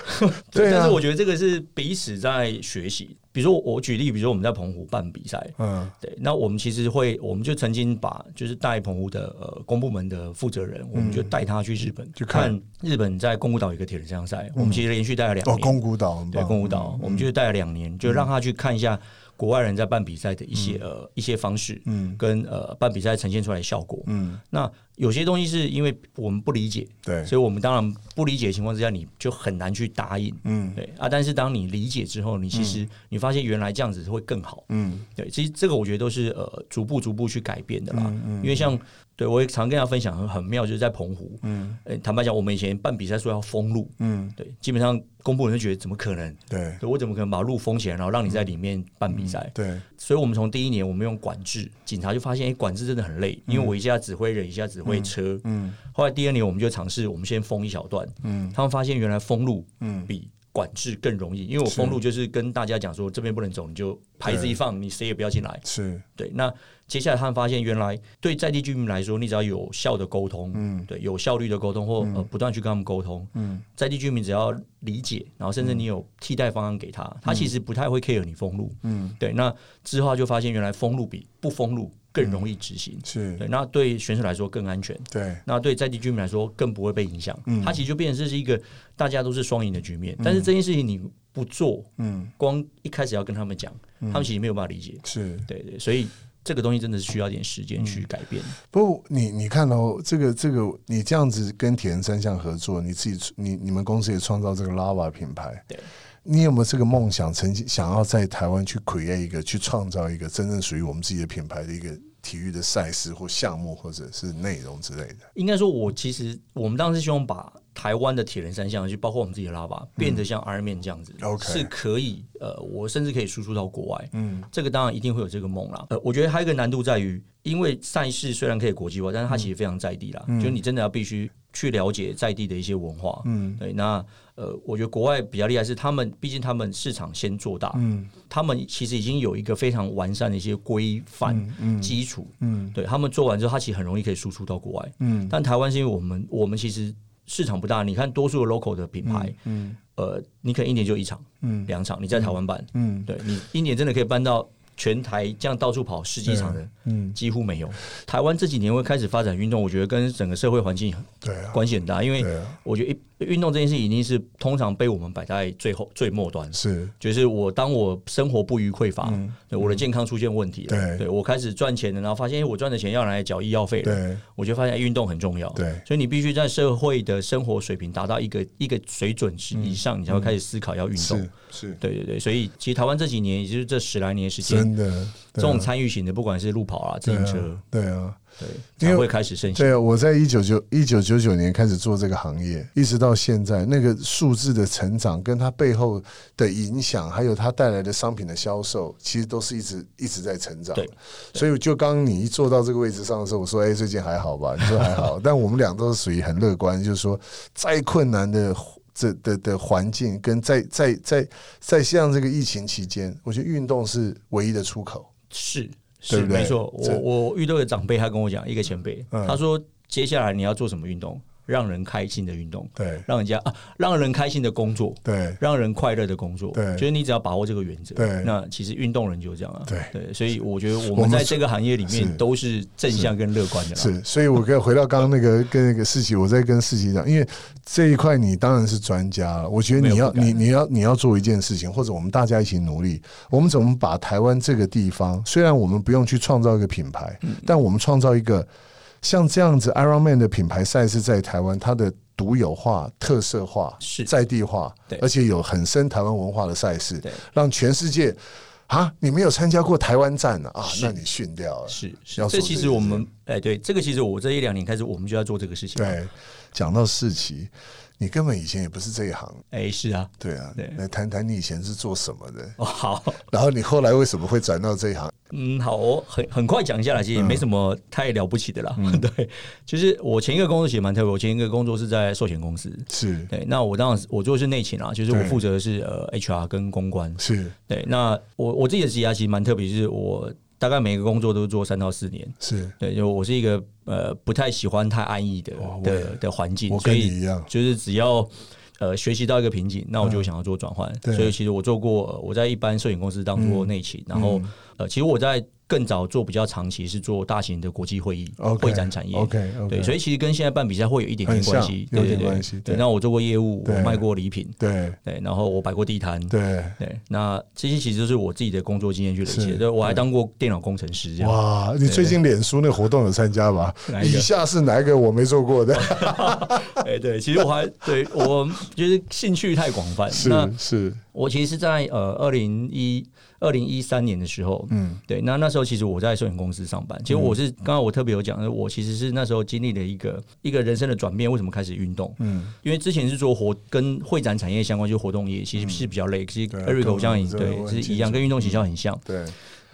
Speaker 2: 对啊
Speaker 3: 但是我觉得这个是彼此在学习。比如说我我举例，比如说我们在澎湖办比赛，
Speaker 2: 嗯
Speaker 3: 对，那我们其实会，我们就曾经把就是带澎湖的呃公部门的负责人，我们就带他去日本
Speaker 2: 嗯去看
Speaker 3: 日本在宫古岛有一个铁人三项赛，我们其实连续带了两
Speaker 2: 哦，
Speaker 3: 年，
Speaker 2: 宫嗯古岛很
Speaker 3: 对
Speaker 2: 棒，嗯
Speaker 3: 宫古岛，我们就带了两年，就让他去看一下国外人在办比赛的一些呃一些方式，
Speaker 2: 嗯
Speaker 3: 跟呃办比赛呈现出来的效果。
Speaker 2: 嗯，
Speaker 3: 那有些东西是因为我们不理解，
Speaker 2: 对，
Speaker 3: 所以我们当然不理解的情况之下，你就很难去答应。
Speaker 2: 嗯
Speaker 3: 对啊，但是当你理解之后，你其实你发现原来这样子会更好。
Speaker 2: 嗯
Speaker 3: 对，其实这个我觉得都是呃逐步逐步去改变的啦。
Speaker 2: 嗯嗯
Speaker 3: 因为像对我也常跟大家分享很很妙，就是在澎湖，
Speaker 2: 嗯
Speaker 3: 呃坦白讲，我们以前办比赛说要封路，
Speaker 2: 嗯，
Speaker 3: 对，基本上公部门就觉得怎么可能？
Speaker 2: 对
Speaker 3: 对我怎么可能把路封起来，然后让你在里面办比赛？
Speaker 2: 对，
Speaker 3: 所以我们从第一年我们用管制，警察就发现，哎、管制真的很累，因为我一下指挥人，一下指挥车。
Speaker 2: 嗯
Speaker 3: 后来第二年我们就尝试，我们先封一小段，
Speaker 2: 嗯
Speaker 3: 他们发现原来封路
Speaker 2: 嗯
Speaker 3: 比管制更容易，因为我封路就是跟大家讲说这边不能走，你就牌子一放，你谁也不要进来。
Speaker 2: 是，
Speaker 3: 对，那接下来他们发现，原来对在地居民来说，你只要有效的沟通，
Speaker 2: 嗯
Speaker 3: 对有效率的沟通，或、呃不断去跟他们沟通，
Speaker 2: 嗯
Speaker 3: 在地居民只要理解，然后甚至你有替代方案给他，他其实不太会 care 你封路。
Speaker 2: 嗯
Speaker 3: 对，那之后他就发现，原来封路比不封路更容易执行。
Speaker 2: 是，
Speaker 3: 对，那对选手来说更安全，
Speaker 2: 对
Speaker 3: 那对在地居民来说更不会被影响。
Speaker 2: 嗯
Speaker 3: 它其实就变成这是一个大家都是双赢的局面。但是这件事情你不做，
Speaker 2: 嗯
Speaker 3: 光一开始要跟他们讲，他们其实没有办法理解。
Speaker 2: 是。
Speaker 3: 对对，所以这个东西真的是需要一点时间去改变。
Speaker 2: 不过你你看哦，这个这个，你这样子跟铁人三项合作，你自己你你们公司也创造这个 Lava 品牌，
Speaker 3: 对，
Speaker 2: 你有没有这个梦想，曾经想要在台湾去 create 一个，去创造一个真正属于我们自己的品牌的一个体育的赛事或项目，或者是内容之类的？
Speaker 3: 应该说，我其实我们当时希望把台湾的铁人三项，就包括我们自己的拉巴，变得像 Iron Man 这样子，
Speaker 2: 嗯 OK
Speaker 3: 是可以呃，我甚至可以输出到国外。
Speaker 2: 嗯
Speaker 3: 这个当然一定会有这个梦啦。呃，我觉得还有一个难度在于，因为赛事虽然可以国际化，但是它
Speaker 2: 嗯
Speaker 3: 其实非常在地啦，就是你真的要必须去了解在地的一些文化。
Speaker 2: 嗯
Speaker 3: 对，那呃，我觉得国外比较厉害是他们，毕竟他们市场先做大，
Speaker 2: 嗯
Speaker 3: 他们其实已经有一个非常完善的一些规范
Speaker 2: 嗯
Speaker 3: 基础。
Speaker 2: 嗯
Speaker 3: 对他们做完之后，它其实很容易可以输出到国外。
Speaker 2: 嗯
Speaker 3: 但台湾是因为我们我们其实市场不大，你看多数的 local 的品牌，
Speaker 2: 嗯
Speaker 3: 呃，你可能一年就一场、
Speaker 2: 嗯
Speaker 3: 两场，你在台湾办，
Speaker 2: 嗯
Speaker 3: 对你一年真的可以办到全台这样到处跑十几场的，
Speaker 2: 嗯，
Speaker 3: 几乎没有。台湾这几年会开始发展运动，我觉得跟整个社会环境
Speaker 2: 对啊，
Speaker 3: 关系很大，因为
Speaker 2: 对啊，
Speaker 3: 我觉得一运动这件事已经是通常被我们摆在最后最末端。
Speaker 2: 是
Speaker 3: 就是我当我生活不虞匮乏，对我的健康出现问题了，
Speaker 2: 嗯对
Speaker 3: 我开始赚钱了，然后发现哎我赚的钱要拿来缴医药费了，
Speaker 2: 对啊
Speaker 3: 我就发现哎运动很重要。
Speaker 2: 对
Speaker 3: 所以你必须在社会的生活水平达到一个一个水准之以上，你才会开始思考要运动。
Speaker 2: 是是，
Speaker 3: 对对对，所以其实台湾这几年，也就是这十来年的时间，
Speaker 2: 真的
Speaker 3: 这
Speaker 2: 对啊
Speaker 3: 种参与型的，不管是路跑啊、自行车，
Speaker 2: 对啊。
Speaker 3: 对，
Speaker 2: 因为
Speaker 3: 才会开始盛行。
Speaker 2: 对啊，我在一九九一九九九年开始做这个行业，一直到现在，那个数字的成长跟它背后的影响，还有它带来的商品的销售，其实都是一直一直在成长的
Speaker 3: 对。
Speaker 2: 所以就刚你一坐到这个位置上的时候，我说：“哎、最近还好吧？”你说还 好，但我们俩都是属于很乐观，就是说，再困难的。这的的环境跟在在在在像这个疫情期间，我觉得运动是唯一的出口。
Speaker 3: 是
Speaker 2: 对
Speaker 3: 是
Speaker 2: 不对
Speaker 3: 没错。
Speaker 2: 这
Speaker 3: 我我遇到一个长辈，他跟我讲，一个前辈，
Speaker 2: 嗯
Speaker 3: 他说接下来你要做什么运动？让人开心的运动，
Speaker 2: 对
Speaker 3: 让人家啊，让人开心的工作，
Speaker 2: 对
Speaker 3: 让人快乐的工作。
Speaker 2: 对
Speaker 3: 就是你只要把握这个原则
Speaker 2: 对，
Speaker 3: 那其实运动人就这样啊。
Speaker 2: 对
Speaker 3: 所以我觉得我
Speaker 2: 我们
Speaker 3: 们在这个行业里
Speaker 2: 是
Speaker 3: 面都是正向跟乐观的啦。
Speaker 2: 是，所以我跟回到刚刚那个跟那个世奇，我在跟世奇讲，因为这一块你当然是专家了，我觉得你要
Speaker 3: 没有不敢
Speaker 2: 你你要你要做一件事情，或者我们大家一起努力，我们怎么把台湾这个地方，虽然我们不用去创造一个品牌，
Speaker 3: 嗯
Speaker 2: 但我们创造一个像这样子 Ironman 的品牌赛事在台湾，它的独有化、特色化、
Speaker 3: 是
Speaker 2: 在地化
Speaker 3: 对，
Speaker 2: 而且有很深台湾文化的赛事
Speaker 3: 对，
Speaker 2: 让全世界。啊，你没有参加过台湾站呢啊？那你逊掉了。
Speaker 3: 是
Speaker 2: 要做
Speaker 3: 是，这
Speaker 2: 这
Speaker 3: 其
Speaker 2: 件
Speaker 3: 实我
Speaker 2: 事
Speaker 3: 们哎，对，这个其实我这一两年开始，我们就要做这个事情。，
Speaker 2: 对，讲到世奇，你根本以前也不是这一行，
Speaker 3: 哎，是啊，
Speaker 2: 对啊
Speaker 3: 对，
Speaker 2: 来谈谈你以前是做什么的，
Speaker 3: 哦，好，
Speaker 2: 然后你后来为什么会转到这一行？
Speaker 3: 嗯，好、哦，很很快讲一下来，其
Speaker 2: 嗯
Speaker 3: 实也没什么太了不起的啦。 对，就是我前一个工作其实蛮特别，我前一个工作是在寿险公司。
Speaker 2: 是
Speaker 3: 对，那我当时我做的是内勤啦，就是我
Speaker 2: 对
Speaker 3: 负责的是呃 HR 跟公关。
Speaker 2: 是
Speaker 3: 对，那我我自己的职业其实蛮特别，就是我大概每个工作都做三到四年。
Speaker 2: 是，
Speaker 3: 对，就我是一个呃不太喜欢太安逸的
Speaker 2: 哦我也
Speaker 3: 的的环境，
Speaker 2: 我
Speaker 3: 所
Speaker 2: 跟你一
Speaker 3: 以
Speaker 2: 样，嗯
Speaker 3: 就是只要呃学习到一个瓶颈，那我就想要做转换。
Speaker 2: 对嗯
Speaker 3: 所以其实我做过，呃我在一般摄影公司当过内勤，然后呃，其实我在更早做比较长期是做大型的国际会议
Speaker 2: OK，
Speaker 3: 会展产业。
Speaker 2: OK OK，
Speaker 3: 对，所以其实跟现在办比赛会有一点点
Speaker 2: 很
Speaker 3: 关
Speaker 2: 像
Speaker 3: 系，
Speaker 2: 有
Speaker 3: 对对
Speaker 2: 点
Speaker 3: 对
Speaker 2: 关系对
Speaker 3: 对，那我做过业务，我
Speaker 2: 对
Speaker 3: 卖过礼品，
Speaker 2: 对
Speaker 3: 对，然后我摆过地摊，
Speaker 2: 对，
Speaker 3: 对，那这些其实就是我自己的工作经验去累积
Speaker 2: 是
Speaker 3: 的。对，我还当过电脑工程师，这样。
Speaker 2: 哇！你最近脸书那个活动有参加吧？
Speaker 3: 哪一个
Speaker 2: 以下是哪一个我没做过 的？
Speaker 3: 哎，对，其实我还对我就是兴趣太广泛。那
Speaker 2: 是是，
Speaker 3: 我其实是在呃二零一二零一三年的时候，
Speaker 2: 嗯，
Speaker 3: 对，那那时候其实我在摄影公司上班。其实我是刚刚我特别有讲，我其实是那时候经历了一个一个人生的转变。为什么开始运动？
Speaker 2: 嗯，
Speaker 3: 因为之前是做活跟会展产业相关，就是活动业，其实是比较累。其实
Speaker 2: 嗯对啊
Speaker 3: Eric
Speaker 2: 跟
Speaker 3: 我相信
Speaker 2: 我
Speaker 3: 对
Speaker 2: 我很
Speaker 3: 是一样，
Speaker 2: 清楚
Speaker 3: 跟运动学校很像。
Speaker 2: 对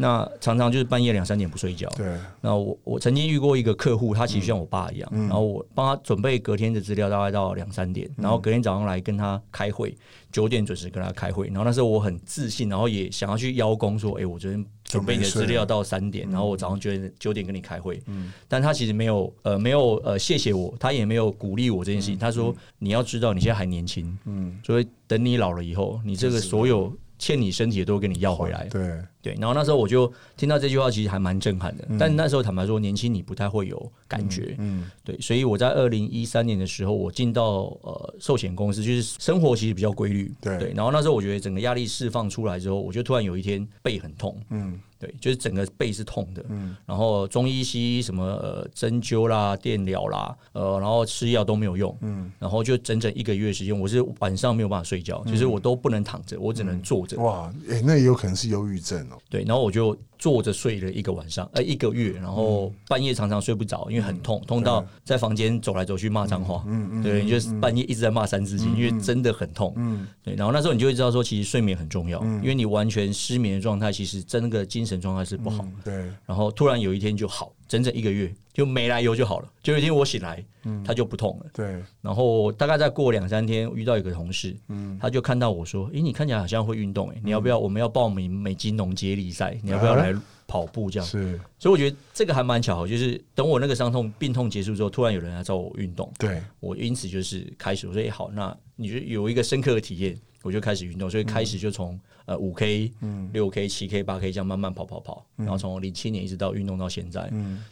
Speaker 3: 那常常就是半夜两三点不睡觉，
Speaker 2: 对
Speaker 3: 那我我曾经遇过一个客户，他其实像我爸一样，然后我帮他准备隔天的资料，大概到两三点，然后隔天早上来跟他开会，九点准时跟他开会。然后那时候我很自信，然后也想要去邀功说，哎、我昨天准备你的资料到三点，然后我早上九点九点跟你开会。但他其实没有呃没有呃谢谢我，他也没有鼓励我这件事情。他说你要知道你现在还年轻，嗯，所以等你老了以后，你这个所有欠你身体的都会跟你要回来。
Speaker 2: 对，
Speaker 3: 对，然后那时候我就听到这句话，其实还蛮震撼的。但那时候坦白说，年轻你不太会有感觉，
Speaker 2: 嗯
Speaker 3: 对，所以我在二零一三年的时候，我进到呃寿险公司，就是生活其实比较规律，
Speaker 2: 对
Speaker 3: 然后那时候我觉得整个压力释放出来之后，我就突然有一天背很痛，
Speaker 2: 嗯
Speaker 3: 对，就是整个背是痛的，
Speaker 2: 嗯
Speaker 3: 然后中医西医什么呃针灸啦、电疗啦，呃，然后吃药都没有用，
Speaker 2: 嗯，
Speaker 3: 然后就整整一个月时间，我是晚上没有办法睡觉，就是我都不能躺着，我只
Speaker 2: 嗯
Speaker 3: 能坐着。
Speaker 2: 哇，哎，那也有可能是忧郁症哦。
Speaker 3: 对，然后我就坐着睡了一个晚上，呃，一个月，然
Speaker 2: 嗯
Speaker 3: 后半夜常常睡不着，因为很痛，痛到在房间走来走去骂脏话，
Speaker 2: 嗯
Speaker 3: 对，你就是半夜一直在骂三字经，因为真的很痛，
Speaker 2: 嗯
Speaker 3: 对，然后那时候你就会知道说，其实睡眠很重要，因为你完全失眠的状态，其实真的精神状态是不好，
Speaker 2: 嗯，对，
Speaker 3: 然后突然有一天就好，整整一个月就没来由就好了，就有一天我醒来，
Speaker 2: 嗯
Speaker 3: 它就不痛了。
Speaker 2: 对，
Speaker 3: 然后大概再过两三天，遇到一个同事，
Speaker 2: 嗯
Speaker 3: 他就看到我说：“诶，你看起来好像会运动，诶，你要不要？我们要报名美金农接力赛，你要不要来跑步？”这样，
Speaker 2: 啊是，
Speaker 3: 所以我觉得这个还蛮巧合，就是等我那个伤痛病痛结束之后，突然有人来找我运动，
Speaker 2: 对，
Speaker 3: 我因此就是开始我说：“诶，好，那你就有一个深刻的体验，我就开始
Speaker 2: 嗯
Speaker 3: 运动，所以开始就从、呃五 K、六 K、七 K、八 K 这样慢慢跑跑跑，
Speaker 2: 嗯
Speaker 3: 然后从零七年一直到运动到现在，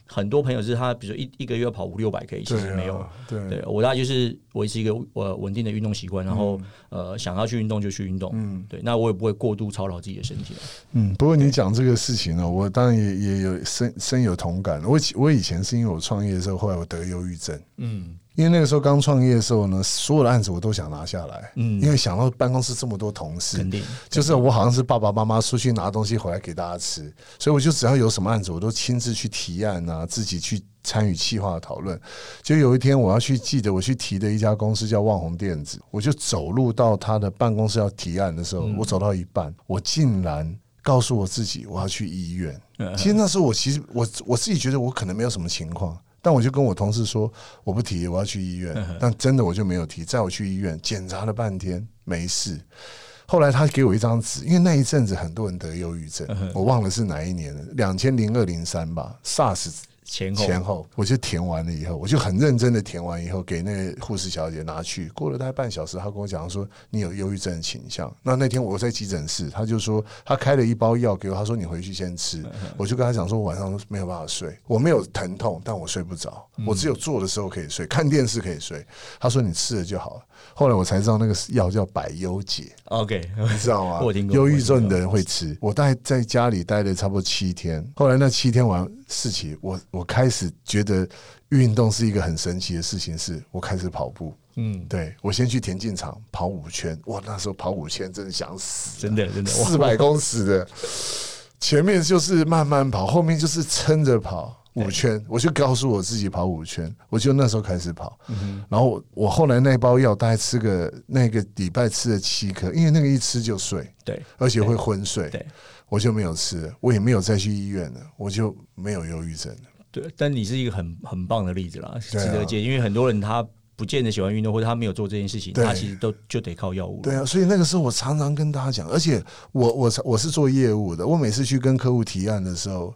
Speaker 3: 很多朋友是他比如说一一个月要跑五六百 K，其
Speaker 2: 对
Speaker 3: 实
Speaker 2: 啊
Speaker 3: 没有。，
Speaker 2: 对，
Speaker 3: 对我大概就是维持一个呃稳定的运动习惯，然
Speaker 2: 嗯
Speaker 3: 后、呃想要去运动就去运动，嗯，对，那我也不会过度操劳自己的身体啊。
Speaker 2: 嗯。不过你讲这个事情呢，我当然也也有深深有同感。我以我以前是因为我创业的时候，后来我得忧郁症。
Speaker 3: 嗯
Speaker 2: 因为那个时候刚创业的时候呢，所有的案子我都想拿下来，
Speaker 3: 嗯
Speaker 2: 因为想到办公室这么多同事，
Speaker 3: 肯定
Speaker 2: 就是我好像是爸爸妈妈出去拿东西回来给大家吃，所以我就只要有什么案子，我都亲自去提案啊，自己去参与企划讨论。就有一天我要去记得我去提的一家公司叫旺宏电子，我就走路到他的办公室要提案的时候，我走到一半，我竟然告诉我自己我要去医院。其实那时候我其实我我自己觉得我可能没有什么情况。但我就跟我同事说，我不提，我要去医院。但真的我就没有提，载我去医院检查了半天，没事。后来他给我一张纸，因为那一阵子很多人得忧郁症，我忘了是哪一年了，两千零二零三吧，SARS
Speaker 3: 前后
Speaker 2: 前后，我就填完了以后，我就很认真的填完以后，给那个护士小姐拿去。过了大概半小时，她跟我讲说你有忧郁症的倾向。那那天我在急诊室，她就说她开了一包药给我，她说你回去先吃。我就跟她讲说我晚上没有办法睡，我没有疼痛，但我睡不着，我只有坐的时候可以睡，看电视可以睡。她说你吃了就好了。后来我才知道那个药叫百忧解。
Speaker 3: ，OK，
Speaker 2: 你知道吗？
Speaker 3: 我有听过
Speaker 2: 忧郁症的人会吃。我大概在家里待了差不多七天，后来那七天完事情，我我开始觉得运动是一个很神奇的事情，是我开始跑步。
Speaker 3: 嗯，
Speaker 2: 对我先去田径场跑五圈，哇，那时候跑五圈真的想死，啊
Speaker 3: 真的真的，
Speaker 2: 四百公尺的，前面就是慢慢跑，后面就是撑着跑五圈。我就告诉我自己跑五圈，我就那时候开始跑。
Speaker 3: 嗯
Speaker 2: 然后我我后来那包药大概吃个那个礼拜吃了七颗，因为那个一吃就睡，
Speaker 3: 对
Speaker 2: 而且会昏睡
Speaker 3: 对，
Speaker 2: 我就没有吃了，我也没有再去医院了，我就没有忧郁症了。
Speaker 3: 对，但你是一个很很棒的例子啦，值
Speaker 2: 对啊
Speaker 3: 得借，因为很多人他不见得喜欢运动，或者他没有做这件事情，
Speaker 2: 对
Speaker 3: 他其实都就得靠药物了。
Speaker 2: 对啊，所以那个时候我常常跟大家讲，而且我我我是做业务的，我每次去跟客户提案的时候，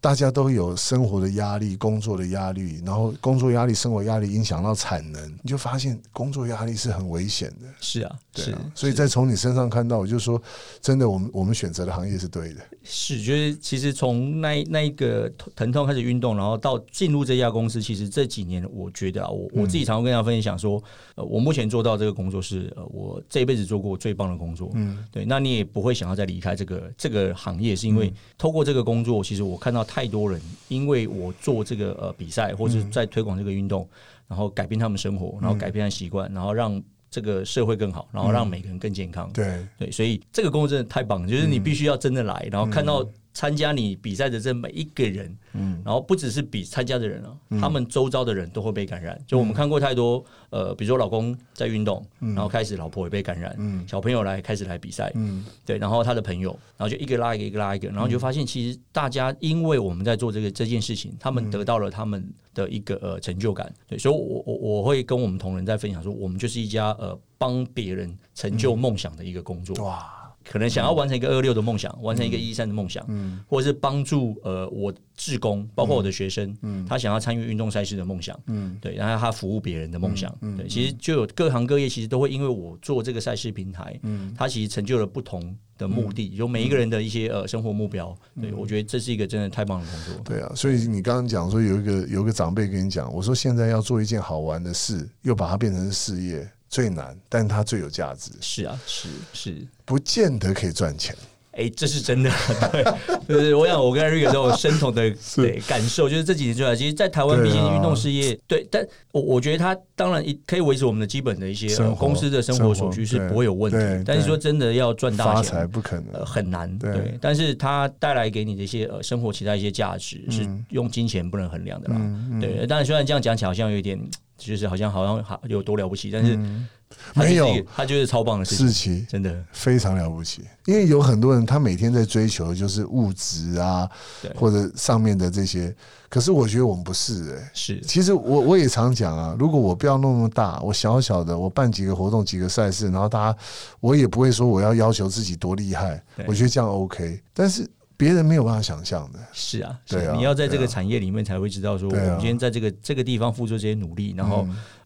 Speaker 2: 大家都有生活的压力、工作的压力，然后工作压力、生活压力影响到产能，你就发现工作压力是很危险的。
Speaker 3: 是啊，
Speaker 2: 对
Speaker 3: 是
Speaker 2: 啊，所以再从你身上看到，我就说，真的，我们我们选择的行业是对
Speaker 3: 嗯
Speaker 2: 的。
Speaker 3: 是，就是其实从那那一个疼疼痛开始运动，然后到进入这家公司，其实这几年我觉得啊，我我自己常常跟大家分享说，呃，我目前做到这个工作是呃我这一辈子做过最棒的工作。
Speaker 2: 嗯，
Speaker 3: 对，那你也不会想要再离开这个这个行业，是因为透过这个工作，其实我看到太多人，因为我做这个呃比赛或者在推广这个运动，然后改变他们生活，然后改变他们习惯，然后让这个社会更好，然后让每个人更健康。
Speaker 2: 对，
Speaker 3: 对，所以这个工作真的太棒了，就是你必须要真的来，然后看到参加你比赛的这每一个人，
Speaker 2: 嗯，
Speaker 3: 然后不只是比参加的人啊，他们周遭的人都会被感染。就我
Speaker 2: 嗯
Speaker 3: 们看过太多，呃，比如说老公在运动，然后开始老婆也被感染，
Speaker 2: 嗯
Speaker 3: 小朋友来开始来比赛，
Speaker 2: 嗯，
Speaker 3: 对，然后他的朋友，然后就一个拉一个，一个拉一个，然后你就发现其实大家因为我们在做这个这件事情，他们得到了他们的一个呃成就感，对，所以我我我会跟我们同仁在分享说，我们就是一家呃帮别人成就梦想的一个工作，
Speaker 2: 哇，
Speaker 3: 可能想要完成一个二六的梦想，完成一个一三的梦想，
Speaker 2: 嗯
Speaker 3: 或者是帮助呃我志工，包括我的学生，他想要参与运动赛事的梦想，
Speaker 2: 嗯
Speaker 3: 对，然后他服务别人的梦想，对，其实就有各行各业其实都会因为我做这个赛事平台，
Speaker 2: 嗯
Speaker 3: 它其实成就了不同的目的，有每一个人的一些呃生活目标，对我觉得这是一个真的太棒的工作，
Speaker 2: 对啊，所以你刚刚讲说有一个有一个长辈跟你讲，我说现在要做一件好玩的事，又把它变成是事业，最难，但它最有价值，
Speaker 3: 是啊，是是。
Speaker 2: 不见得可以赚钱。
Speaker 3: 哎、这是真的，啊 对，就是我想我跟 Rick 都有深 同的对感受，就是这几年出来，其实，在台湾
Speaker 2: 对
Speaker 3: 毕
Speaker 2: 啊
Speaker 3: 竟运动事业，对，但我我觉得它当然可以维持我们的基本的一些、
Speaker 2: 生
Speaker 3: 呃
Speaker 2: 活
Speaker 3: 公司的生活所需
Speaker 2: 生
Speaker 3: 是
Speaker 2: 活
Speaker 3: 不会有问
Speaker 2: 对
Speaker 3: 题
Speaker 2: 对，
Speaker 3: 但是说真的要赚大
Speaker 2: 发
Speaker 3: 钱
Speaker 2: 财。不可能
Speaker 3: 呃，，很难
Speaker 2: 对
Speaker 3: 对，但是它带来给你的一些呃生活其他一些价值，
Speaker 2: 嗯
Speaker 3: 是用金钱不能衡量的啦。对，当然虽然这样讲起来好像有一点，就是好像好像好有多了不起，但是它就
Speaker 2: 嗯没
Speaker 3: 是
Speaker 2: 有
Speaker 3: 一个，它就是超棒的事情，
Speaker 2: 世奇
Speaker 3: 真的
Speaker 2: 非常了不起，因为有很多人他每天在追求就是物质啊
Speaker 3: 对，
Speaker 2: 或者上面的这些，可是我觉得我们不是哎、
Speaker 3: 是
Speaker 2: 其实我我也常讲啊，如果我不要弄那么大，我小小的，我办几个活动、几个赛事，然后大家，我也不会说我要要求自己多厉害
Speaker 3: 对，
Speaker 2: 我觉得这样 OK。但是别人没有办法想象的，
Speaker 3: 是啊，是
Speaker 2: 对啊
Speaker 3: 你要在这
Speaker 2: 对
Speaker 3: 个
Speaker 2: 啊
Speaker 3: 产业里面才会知道说，我
Speaker 2: 对啊啊
Speaker 3: 们今天在这个这个地方付出这些努力，然后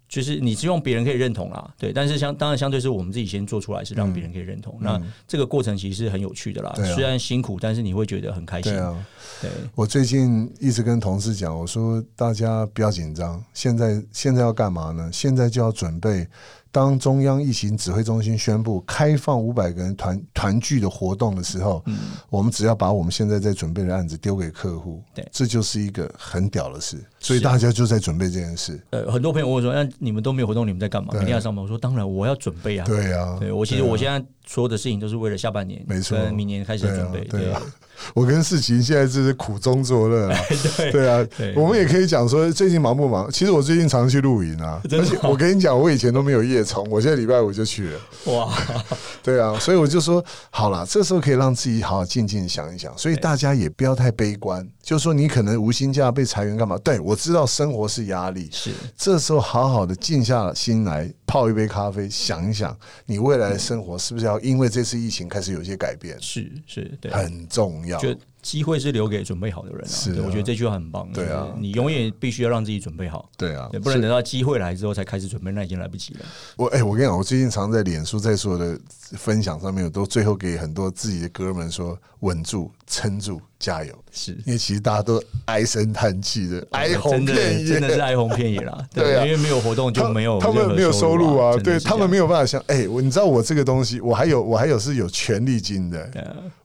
Speaker 3: 就是你希望别人可以认同啦，对。但是相当然相对是我们自己先做出来，是让别人可以认同。那这个过程其实是很有趣的啦，
Speaker 2: 嗯对啊
Speaker 3: 虽然辛苦，但是你会觉得很开心
Speaker 2: 对。啊。
Speaker 3: 对，
Speaker 2: 我最近一直跟同事讲，我说大家不要紧张，现在现在要干嘛呢？现在就要准备，当中央疫情指挥中心宣布开放五百个人团团聚的活动的时候，
Speaker 3: 嗯
Speaker 2: 我们只要把我们现在在准备的案子丢给客户，
Speaker 3: 对
Speaker 2: 这就是一个很屌的事。所以
Speaker 3: 是啊
Speaker 2: 大家就在准备这件事，
Speaker 3: 呃，很多朋友问我说，那你们都没有活动，你们在干嘛？
Speaker 2: 对啊
Speaker 3: 每天要上班。我说，当然我要准备啊。
Speaker 2: 对啊，
Speaker 3: 对我其实我现在所有的事情都是为了下半年，
Speaker 2: 没错
Speaker 3: 跟明年开始
Speaker 2: 对啊
Speaker 3: 准备。
Speaker 2: 对啊我跟世奇现在就是苦中作乐啊，
Speaker 3: 对
Speaker 2: 对啊
Speaker 3: 对，
Speaker 2: 我们也可以讲说最近忙不忙？其实我最近常去露营啊，
Speaker 3: 真
Speaker 2: 而
Speaker 3: 的
Speaker 2: 且我跟你讲，我以前都没有夜冲，我现在礼拜五就去了。
Speaker 3: 哇，
Speaker 2: 对啊，所以我就说，好啦，这时候可以让自己好好静静想一想。所以大家也不要太悲观，就说你可能无薪假被裁员干嘛？对我知道生活是压力，
Speaker 3: 是
Speaker 2: 这时候好好的静下心来泡一杯咖啡，想一想你未来的生活是不是要因为这次疫情开始有一些改变，
Speaker 3: 是是，对。
Speaker 2: 很重要。
Speaker 3: 就机会是留给准备好的人啊。
Speaker 2: 是啊
Speaker 3: 对我觉得这句话很棒。
Speaker 2: 对啊
Speaker 3: 就是你永远必须要让自己准备好，
Speaker 2: 对啊，
Speaker 3: 对，不然等到机会来之后才开始准备，那已经来不及了。
Speaker 2: 我哎、我跟你讲，我最近常在脸书在所有的分享上面，我都最后给很多自己的哥们说稳住、撑住、加油，
Speaker 3: 是。
Speaker 2: 因为其实大家都唉声叹气的，哀鸿
Speaker 3: 哦真的
Speaker 2: 遍
Speaker 3: 真的是
Speaker 2: 野。
Speaker 3: 哀鸿遍野啦，
Speaker 2: 对啊
Speaker 3: 因为没有活动就
Speaker 2: 他
Speaker 3: 没有
Speaker 2: 他
Speaker 3: 任
Speaker 2: 们
Speaker 3: 何
Speaker 2: 没有收入啊，
Speaker 3: 真的
Speaker 2: 对
Speaker 3: 是这样
Speaker 2: 他们没有办法像哎、我你知道我这个东西，我还有我还有是有权利金的，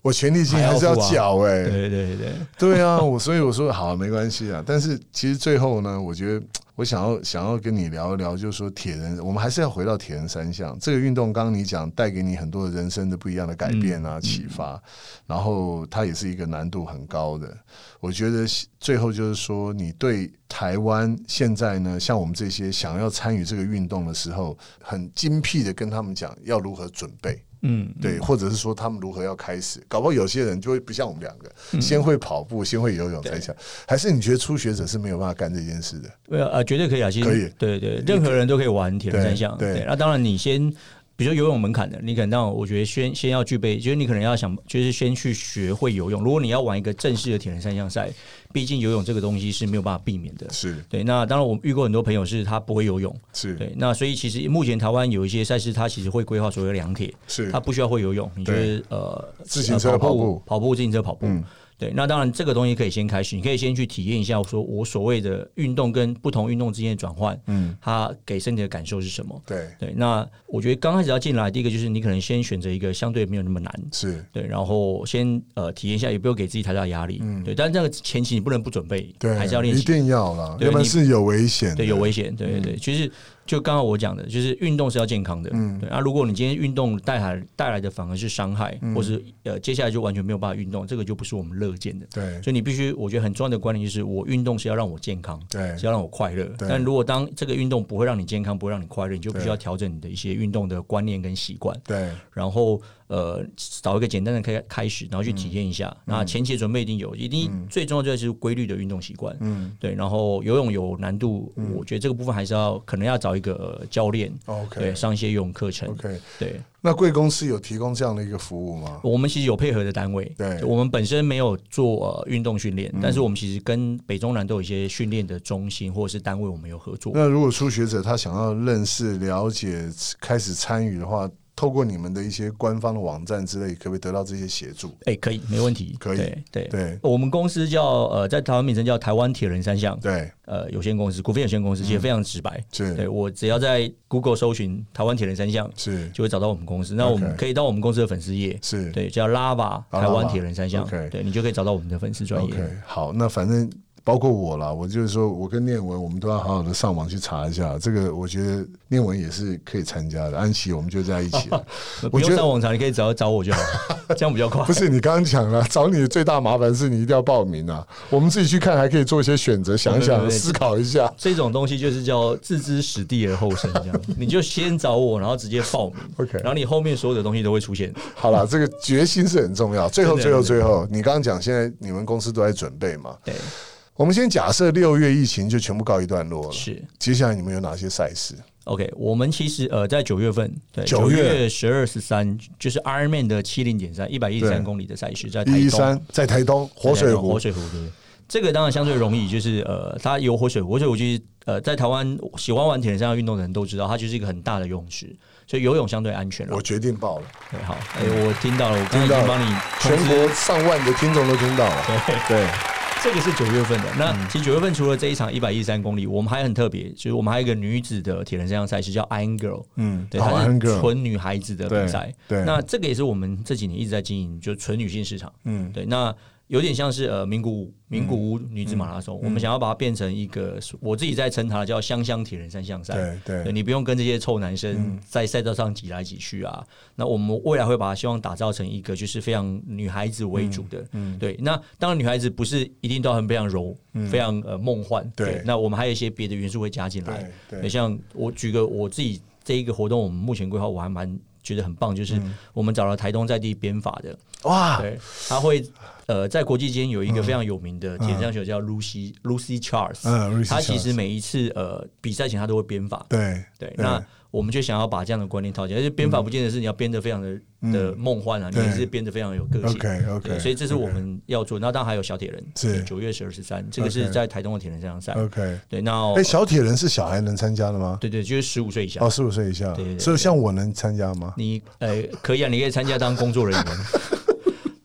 Speaker 2: 我权利金还是要
Speaker 3: 啊还要啊
Speaker 2: 缴哎、
Speaker 3: 对对对
Speaker 2: 对啊，我所以我说好没关系啊，但是其实最后呢，我觉得我想要想要跟你聊一聊，就是说铁人，我们还是要回到铁人三项这个运动。刚刚你讲带给你很多人生的不一样的改变啊、启发，然后它也是一个难度很高的。我觉得最后就是说，你对台湾现在呢，像我们这些想要参与这个运动的时候，很精辟的跟他们讲要如何准备。
Speaker 3: 嗯，
Speaker 2: 对，或者是说他们如何要开始，搞不好有些人就会不像我们两个，
Speaker 3: 嗯
Speaker 2: 先会跑步，先会游泳才想，还是你觉得初学者是没有办法干这件事的？
Speaker 3: 呃呃，绝对可以啊，其实
Speaker 2: 可以
Speaker 3: 对对，任何人都可以玩铁人三项，
Speaker 2: 对对
Speaker 3: 对。那当然，你先比如说游泳门槛的，你可能让我觉得先先要具备，就是你可能要想，就是先去学会游泳。如果你要玩一个正式的铁人三项赛，毕竟游泳这个东西是没有办法避免的。
Speaker 2: 是
Speaker 3: 对，那当然我遇过很多朋友是他不会游泳，
Speaker 2: 是
Speaker 3: 对，那所以其实目前台湾有一些赛事，它其实会规划所谓的两铁，
Speaker 2: 是
Speaker 3: 它，不需要会游泳，你就是呃
Speaker 2: 自行车
Speaker 3: 呃
Speaker 2: 跑
Speaker 3: 跑
Speaker 2: 步嗯
Speaker 3: 跑步、自行车跑步。对，那当然这个东西可以先开始，你可以先去体验一下，说我所谓的运动跟不同运动之间的转换，
Speaker 2: 嗯，
Speaker 3: 它给身体的感受是什么？
Speaker 2: 对，
Speaker 3: 对，那我觉得刚开始要进来，第一个就是你可能先选择一个相对没有那么难。
Speaker 2: 是，
Speaker 3: 对，然后先呃体验一下，也不要给自己太大压力。嗯，对，但是那个前期你不能不准备，
Speaker 2: 对，
Speaker 3: 还是要练
Speaker 2: 一
Speaker 3: 习。
Speaker 2: 定要啦，
Speaker 3: 对
Speaker 2: 要不然
Speaker 3: 你
Speaker 2: 是有危险的，
Speaker 3: 对，有危险。对对对，
Speaker 2: 嗯
Speaker 3: 其实就刚刚我讲的，就是运动是要健康的。嗯，对。那、如果你今天运动带来带来的反而是伤害，
Speaker 2: 嗯
Speaker 3: 或是呃接下来就完全没有办法运动，这个就不是我们乐见的。
Speaker 2: 对
Speaker 3: 所以你必须，我觉得很重要的观念就是，我运动是要让我健康，
Speaker 2: 对
Speaker 3: 是要让我快乐。但如果当这个运动不会让你健康，不会让你快乐，你就必须
Speaker 2: 对
Speaker 3: 要调整你的一些运动的观念跟习惯。
Speaker 2: 对
Speaker 3: 然后呃找一个简单的开开始，然后去体验一下。
Speaker 2: 嗯
Speaker 3: 那前期的准备一定有，一定最重要就是规律的运动习惯。嗯，对。然后游泳有难度，
Speaker 2: 嗯
Speaker 3: 我觉得这个部分还是要可能要找一个呃教练，对，
Speaker 2: ，OK
Speaker 3: 上一些游泳课程。
Speaker 2: OK，
Speaker 3: 对，
Speaker 2: 那贵公司有提供这样的一个服务吗？
Speaker 3: 我们其实有配合的单位，
Speaker 2: 对嗯
Speaker 3: 就我们本身没有做呃运动训练，但是我们其实跟北中南都有一些训练的中心或者是单位，我们有合作。
Speaker 2: 那如果初学者他想要认识、了解、开始参与的话，透过你们的一些官方的网站之类，可不可以得到这些协助？
Speaker 3: 哎、可以，没问题，
Speaker 2: 可以
Speaker 3: 对对
Speaker 2: 对
Speaker 3: 我们公司叫呃，在台湾名称叫台湾铁人三项
Speaker 2: 对，
Speaker 3: 呃有限公司，股份有限公司，
Speaker 2: 嗯
Speaker 3: 其实非常直白。对
Speaker 2: 是
Speaker 3: 我只要在 Google 搜寻台湾铁人三项，
Speaker 2: 是
Speaker 3: 就会找到我们公司。那我们
Speaker 2: OK
Speaker 3: 可以到我们公司的粉丝页，
Speaker 2: 是啊
Speaker 3: 对，叫 Lava 台湾铁人三项
Speaker 2: OK，
Speaker 3: 对你就可以找到我们的粉丝专业。
Speaker 2: OK，好，那反正包括我啦，我就是说我跟念文，我们都要好好的上网去查一下。这个我觉得念文也是可以参加的，安琪我们就在一起 了。我
Speaker 3: 不
Speaker 2: 觉
Speaker 3: 用
Speaker 2: 得
Speaker 3: 上网查，你可以只要找 我就好，了，这样比较快
Speaker 2: 不。是你刚刚讲了，找你的最大麻烦是你一定要报名啊，我们自己去看还可以做一些选择，想
Speaker 3: 对
Speaker 2: 想
Speaker 3: 对对
Speaker 2: 思考一下。
Speaker 3: 这种东西就是叫置之死地而后生，这 样你就先找我，然后直接报名
Speaker 2: OK
Speaker 3: 然后你后面所有的东西都会出现。
Speaker 2: 好了，这个决心是很重要。最后，
Speaker 3: 真的
Speaker 2: 最后，
Speaker 3: 真
Speaker 2: 最后，你刚刚讲现在你们公司都在准备嘛？
Speaker 3: 对，
Speaker 2: 我们先假设六月疫情就全部告一段落了，
Speaker 3: 是
Speaker 2: 接下来你们有哪些赛事？
Speaker 3: OK。我们其实呃，在九月份，对，
Speaker 2: 9
Speaker 3: 九
Speaker 2: 月
Speaker 3: 月十二、十三，就是 Ironman 的七零点三一百一十
Speaker 2: 对
Speaker 3: 三公里的赛事，在台
Speaker 2: 一一
Speaker 3: 东。
Speaker 2: 三在台东活水湖
Speaker 3: 活，水湖对。这个当然相对容易，就是呃，它有活水湖，活水湖就是呃，在台湾喜欢玩铁人三项运动的人都知道，它就是一个很大的游泳池，所以游泳相对安全了
Speaker 2: 我。决定报了。
Speaker 3: 对，好，哎、我听到了，我刚
Speaker 2: 听
Speaker 3: 刚已
Speaker 2: 到了
Speaker 3: 经帮你
Speaker 2: 全
Speaker 3: 通知
Speaker 2: 国上万的听众都听到了。对，
Speaker 3: 这个是九月份的。那其实九月份除了这一场一百一十三公里，我们还很特别，就是我们还有一个女子的铁人三项赛事叫 Iron Girl，
Speaker 2: 嗯
Speaker 3: 对，
Speaker 2: 好
Speaker 3: 它
Speaker 2: ，Iron
Speaker 3: 是
Speaker 2: Girl
Speaker 3: 纯女孩子的
Speaker 2: 对
Speaker 3: 比赛。
Speaker 2: 对
Speaker 3: 那这个也是我们这几年一直在经营，就纯女性市场。
Speaker 2: 嗯，
Speaker 3: 对，那有点像是呃名古屋名古屋女子马拉松，我们想要把它变成一个我自己在称它叫香香铁人三项赛。
Speaker 2: 对对
Speaker 3: 对嗯你不用跟这些臭男生在赛道上挤来挤去啊。那我们未来会把它希望打造成一个就是非常女孩子为主的，对。那当然女孩子不是一定都很非常柔，非常呃梦幻，
Speaker 2: 对
Speaker 3: 那我们还有一些别的元素会加进来，
Speaker 2: 对
Speaker 3: 对，
Speaker 2: 对，
Speaker 3: 像我举个我自己这一个活动，我们目前规划我还蛮觉得很棒，就是我们找了台东在地编法的，
Speaker 2: 哇，
Speaker 3: 对，他会呃在国际间有一个非常有名的铁匠手叫 Lucy、Lucy Charles，、
Speaker 2: 嗯，
Speaker 3: 他其实每一次呃比赛前他都会编法，
Speaker 2: 对
Speaker 3: 对，那我们就想要把这样的观念套进来，而且编法不见得是你要编得非常的、的梦幻啊，你
Speaker 2: 嗯对
Speaker 3: 也是编得非常有个性。
Speaker 2: ，OK
Speaker 3: 对
Speaker 2: OK，
Speaker 3: 所以这是我们要做。那当然还有小铁人，
Speaker 2: 是
Speaker 3: 对九月十二十三，这个是
Speaker 2: OK
Speaker 3: 在台东的铁人这项赛。
Speaker 2: OK。
Speaker 3: 对，哦那
Speaker 2: 哎，小铁人是小孩能参加的吗？
Speaker 3: 对对，就是十五岁以下
Speaker 2: 哦，，十五岁以下
Speaker 3: 对对，对
Speaker 2: 所以像我能参加吗？
Speaker 3: 你呃可以啊，你可以参加当工作人 员。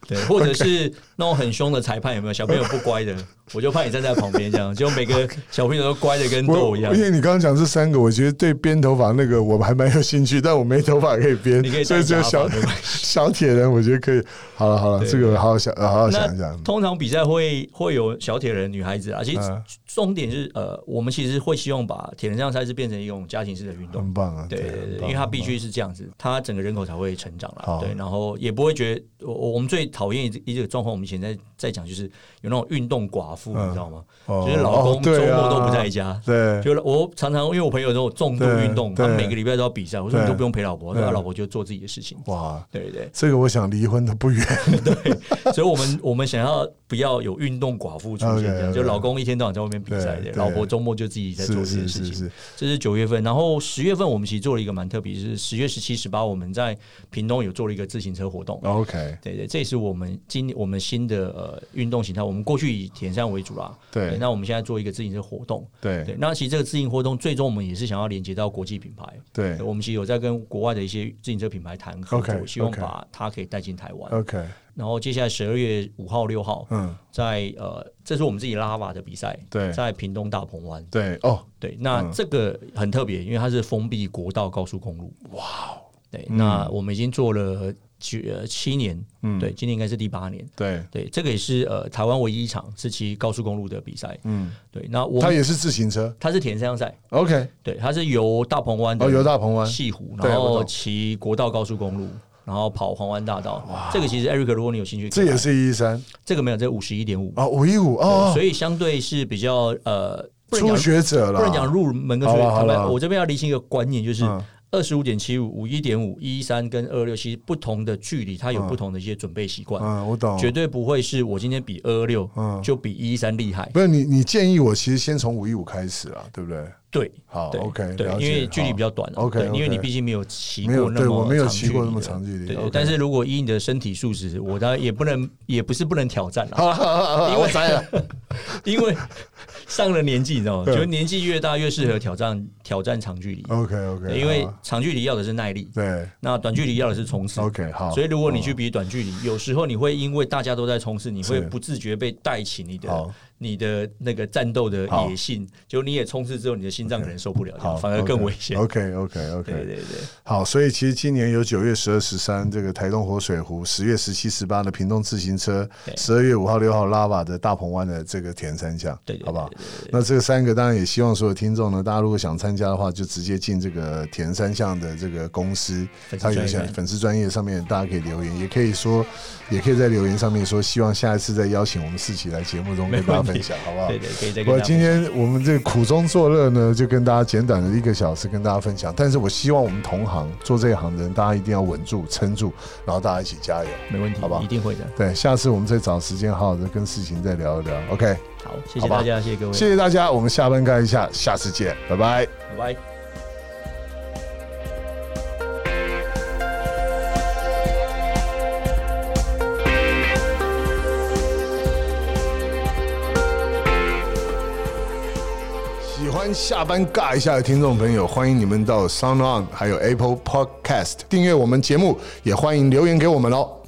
Speaker 3: 对，或者是那种很凶的裁判有没有？小朋友不乖的，我就怕你站在旁边这样，就每个小朋友都乖的跟
Speaker 2: 我
Speaker 3: 豆一样
Speaker 2: 因。为你刚刚讲这三个，我觉得对编头发那个我还蛮有兴趣，但我没头发可以编
Speaker 3: 你可以，
Speaker 2: 所以只有
Speaker 3: 戴假
Speaker 2: 小
Speaker 3: 发没关
Speaker 2: 小铁人，我觉得可以。好了好了，
Speaker 3: 对
Speaker 2: 这个好好想，好好
Speaker 3: 那
Speaker 2: 想一想。
Speaker 3: 通常比赛会会有小铁人女孩子啊，其实
Speaker 2: 嗯
Speaker 3: 重点是呃，我们其实会希望把铁人这项赛事变成一种家庭式的运动
Speaker 2: 很。棒啊！
Speaker 3: 对对对
Speaker 2: 很
Speaker 3: 对，因
Speaker 2: 棒
Speaker 3: 为它必须是这样子，它整个人口才会成长
Speaker 2: 好
Speaker 3: 啦。对，然后也不会觉得我我我们最讨厌一一个状况，我们以前在在讲就是有那种运动寡寡妇，你知道吗？
Speaker 2: 哦
Speaker 3: 就是老
Speaker 2: 哦
Speaker 3: 公周
Speaker 2: 对啊
Speaker 3: 末都不在家。
Speaker 2: 对，
Speaker 3: 就我常常因为我朋友那种重度运动，
Speaker 2: 对
Speaker 3: 他
Speaker 2: 对
Speaker 3: 每个礼拜都要比赛，我说
Speaker 2: 对
Speaker 3: 你都不用陪老婆，
Speaker 2: 对
Speaker 3: 那老婆就做自己的事情。
Speaker 2: 哇，
Speaker 3: 对对
Speaker 2: 这个我想离婚的不远，
Speaker 3: 对，所以我们我们想要不要有运动寡妇出现，这
Speaker 2: OK，OK
Speaker 3: 样就老公一天到晚在外面比赛
Speaker 2: 对对
Speaker 3: 的，老婆周末就自己在做
Speaker 2: 是
Speaker 3: 这
Speaker 2: 是
Speaker 3: 件
Speaker 2: 是
Speaker 3: 事情。
Speaker 2: 是，
Speaker 3: 这是九月份，然后十月份我们其实做了一个蛮特别，就是十月十七、十八我们在屏东有做了一个自行车活
Speaker 2: 哦
Speaker 3: 动。
Speaker 2: OK，
Speaker 3: 对对，这也是我们今我们新的呃运动形态。我们过去以铁山为主啦，
Speaker 2: 对
Speaker 3: 那我们现在做一个自行车活动，对
Speaker 2: 对。
Speaker 3: 那其实这个自行活动最终我们也是想要连接到国际品牌。
Speaker 2: 对
Speaker 3: 我们其实有在跟国外的一些自行车品牌谈合作
Speaker 2: OK，
Speaker 3: 希望
Speaker 2: OK
Speaker 3: 把它可以带进台湾。
Speaker 2: OK，
Speaker 3: 然后接下来十二月五号、六号，
Speaker 2: 嗯，
Speaker 3: 在呃，这是我们自己拉瓦的比赛，
Speaker 2: 对
Speaker 3: 在屏东大鹏湾。
Speaker 2: 对哦，
Speaker 3: 对，那
Speaker 2: 嗯
Speaker 3: 这个很特别，因为它是封闭国道高速公路。哇，
Speaker 2: 哦
Speaker 3: 对，
Speaker 2: 嗯
Speaker 3: 那我们已经做了九呃七年，嗯，对，今年应该是第八年。
Speaker 2: 对，
Speaker 3: 对，这个也是呃台湾唯一一场是骑高速公路的比赛。嗯，对，那我
Speaker 2: 它
Speaker 3: 们
Speaker 2: 也是自行车
Speaker 3: 它是田山赛，
Speaker 2: ，OK，
Speaker 3: 对，它是由大鹏湾的
Speaker 2: 哦，游大鹏湾，
Speaker 3: 西湖，
Speaker 2: 对
Speaker 3: 然
Speaker 2: 我
Speaker 3: 后
Speaker 2: 懂
Speaker 3: 骑国道高速公路，然后跑环湾大道。这个其实 Eric，如果你有兴趣可
Speaker 2: 这
Speaker 3: 以来，
Speaker 2: 也是一三
Speaker 3: 这个没有，这五十一点五，
Speaker 2: 啊，五一五哦，
Speaker 3: 所以相对是比较呃，不能
Speaker 2: 初
Speaker 3: 讲
Speaker 2: 学者
Speaker 3: 不能讲
Speaker 2: 了，
Speaker 3: 入门跟
Speaker 2: 好
Speaker 3: 初
Speaker 2: 了
Speaker 3: 学者。
Speaker 2: 好
Speaker 3: 坦
Speaker 2: 了
Speaker 3: 白
Speaker 2: 好了
Speaker 3: 我这边要厘清一个观念，就是
Speaker 2: 嗯
Speaker 3: 二十五点七五、五一点五、一三跟二六，其实不同的距离，它有不同的一些准备习惯，
Speaker 2: 嗯，我懂，
Speaker 3: 绝对不会是我今天比二六就比一三厉害。
Speaker 2: 不是你，你建议我其实先从五一五开始啊，对不对？
Speaker 3: 对。
Speaker 2: 好
Speaker 3: 对
Speaker 2: 哦，OK，
Speaker 3: 对
Speaker 2: 了，解
Speaker 3: 因为距离比 较短啊、
Speaker 2: 好 OK，
Speaker 3: 对因为
Speaker 2: OK
Speaker 3: 你毕竟没有骑
Speaker 2: 没有
Speaker 3: 过那
Speaker 2: 对
Speaker 3: 么
Speaker 2: 我没有
Speaker 3: 长
Speaker 2: 骑
Speaker 3: 距
Speaker 2: 过
Speaker 3: 离
Speaker 2: 那么
Speaker 3: 的
Speaker 2: 长距离
Speaker 3: 对
Speaker 2: OK
Speaker 3: 但是如果以你的身体素质，我当然也不能，也不是不能挑战啊。
Speaker 2: 好了，好了，好了，
Speaker 3: 因为
Speaker 2: 我摘 了，
Speaker 3: 因为上了年纪，你知道吗？
Speaker 2: 对
Speaker 3: 觉得年纪越大越适合挑战挑战长距离，
Speaker 2: OK OK，啊
Speaker 3: 因为长距离要的是耐力，
Speaker 2: 对
Speaker 3: 那短距离要的是冲刺。
Speaker 2: OK 好，哦
Speaker 3: 所以如果你去比短距离，有时候你会因为大家都在冲刺，你
Speaker 2: 是
Speaker 3: 会不自觉被带起你的
Speaker 2: 好
Speaker 3: 你的那个战斗的
Speaker 2: 好
Speaker 3: 野性，就你也冲刺之后，你的心脏可能受不了，这
Speaker 2: 好
Speaker 3: 样反而更危险。
Speaker 2: OK OK
Speaker 3: 对对
Speaker 2: OK，
Speaker 3: 对对。
Speaker 2: 好，所以其实今年有九月十二、十三这个台东活水湖，十月十七、十八的屏东自行车，
Speaker 3: 对
Speaker 2: 十二月五号、六号拉瓦的大鹏湾的这个田三项，
Speaker 3: 对对
Speaker 2: 好不好
Speaker 3: 对？
Speaker 2: 那这三个当然也希望所有听众呢，大家如果想参加的话，就直接进这个田三项的这个公司，
Speaker 3: 粉丝
Speaker 2: 它有
Speaker 3: 专
Speaker 2: 些
Speaker 3: 页
Speaker 2: 粉丝专业上面大家可以留言，也可以说，也可以在留言上面说，希望下一次再邀请我们四期来节目中
Speaker 3: 没
Speaker 2: 跟大家
Speaker 3: 问题
Speaker 2: 分享，啊好不好？
Speaker 3: 对对，可以再跟
Speaker 2: 我
Speaker 3: 大家
Speaker 2: 今天我们这个苦中作乐呢，就跟大家简短的一个小时跟大家分享。但是我希望我们同行做这一行的人，大家一定要稳住、撑住，然后大家一起加油。
Speaker 3: 没问题，
Speaker 2: 好吧
Speaker 3: 一定会的。
Speaker 2: 对，下次我们再找时间好好的跟事情再聊一聊。OK，
Speaker 3: 好，谢
Speaker 2: 好
Speaker 3: 谢
Speaker 2: 吧
Speaker 3: 大家，谢谢各位，
Speaker 2: 谢谢大家，我们下班干一下，下次见，拜拜。
Speaker 3: 拜拜。
Speaker 2: 喜欢下班尬一下的听众朋友，欢迎你们到 Sound On 还有 Apple Podcast 订阅我们节目，也欢迎留言给我们哦。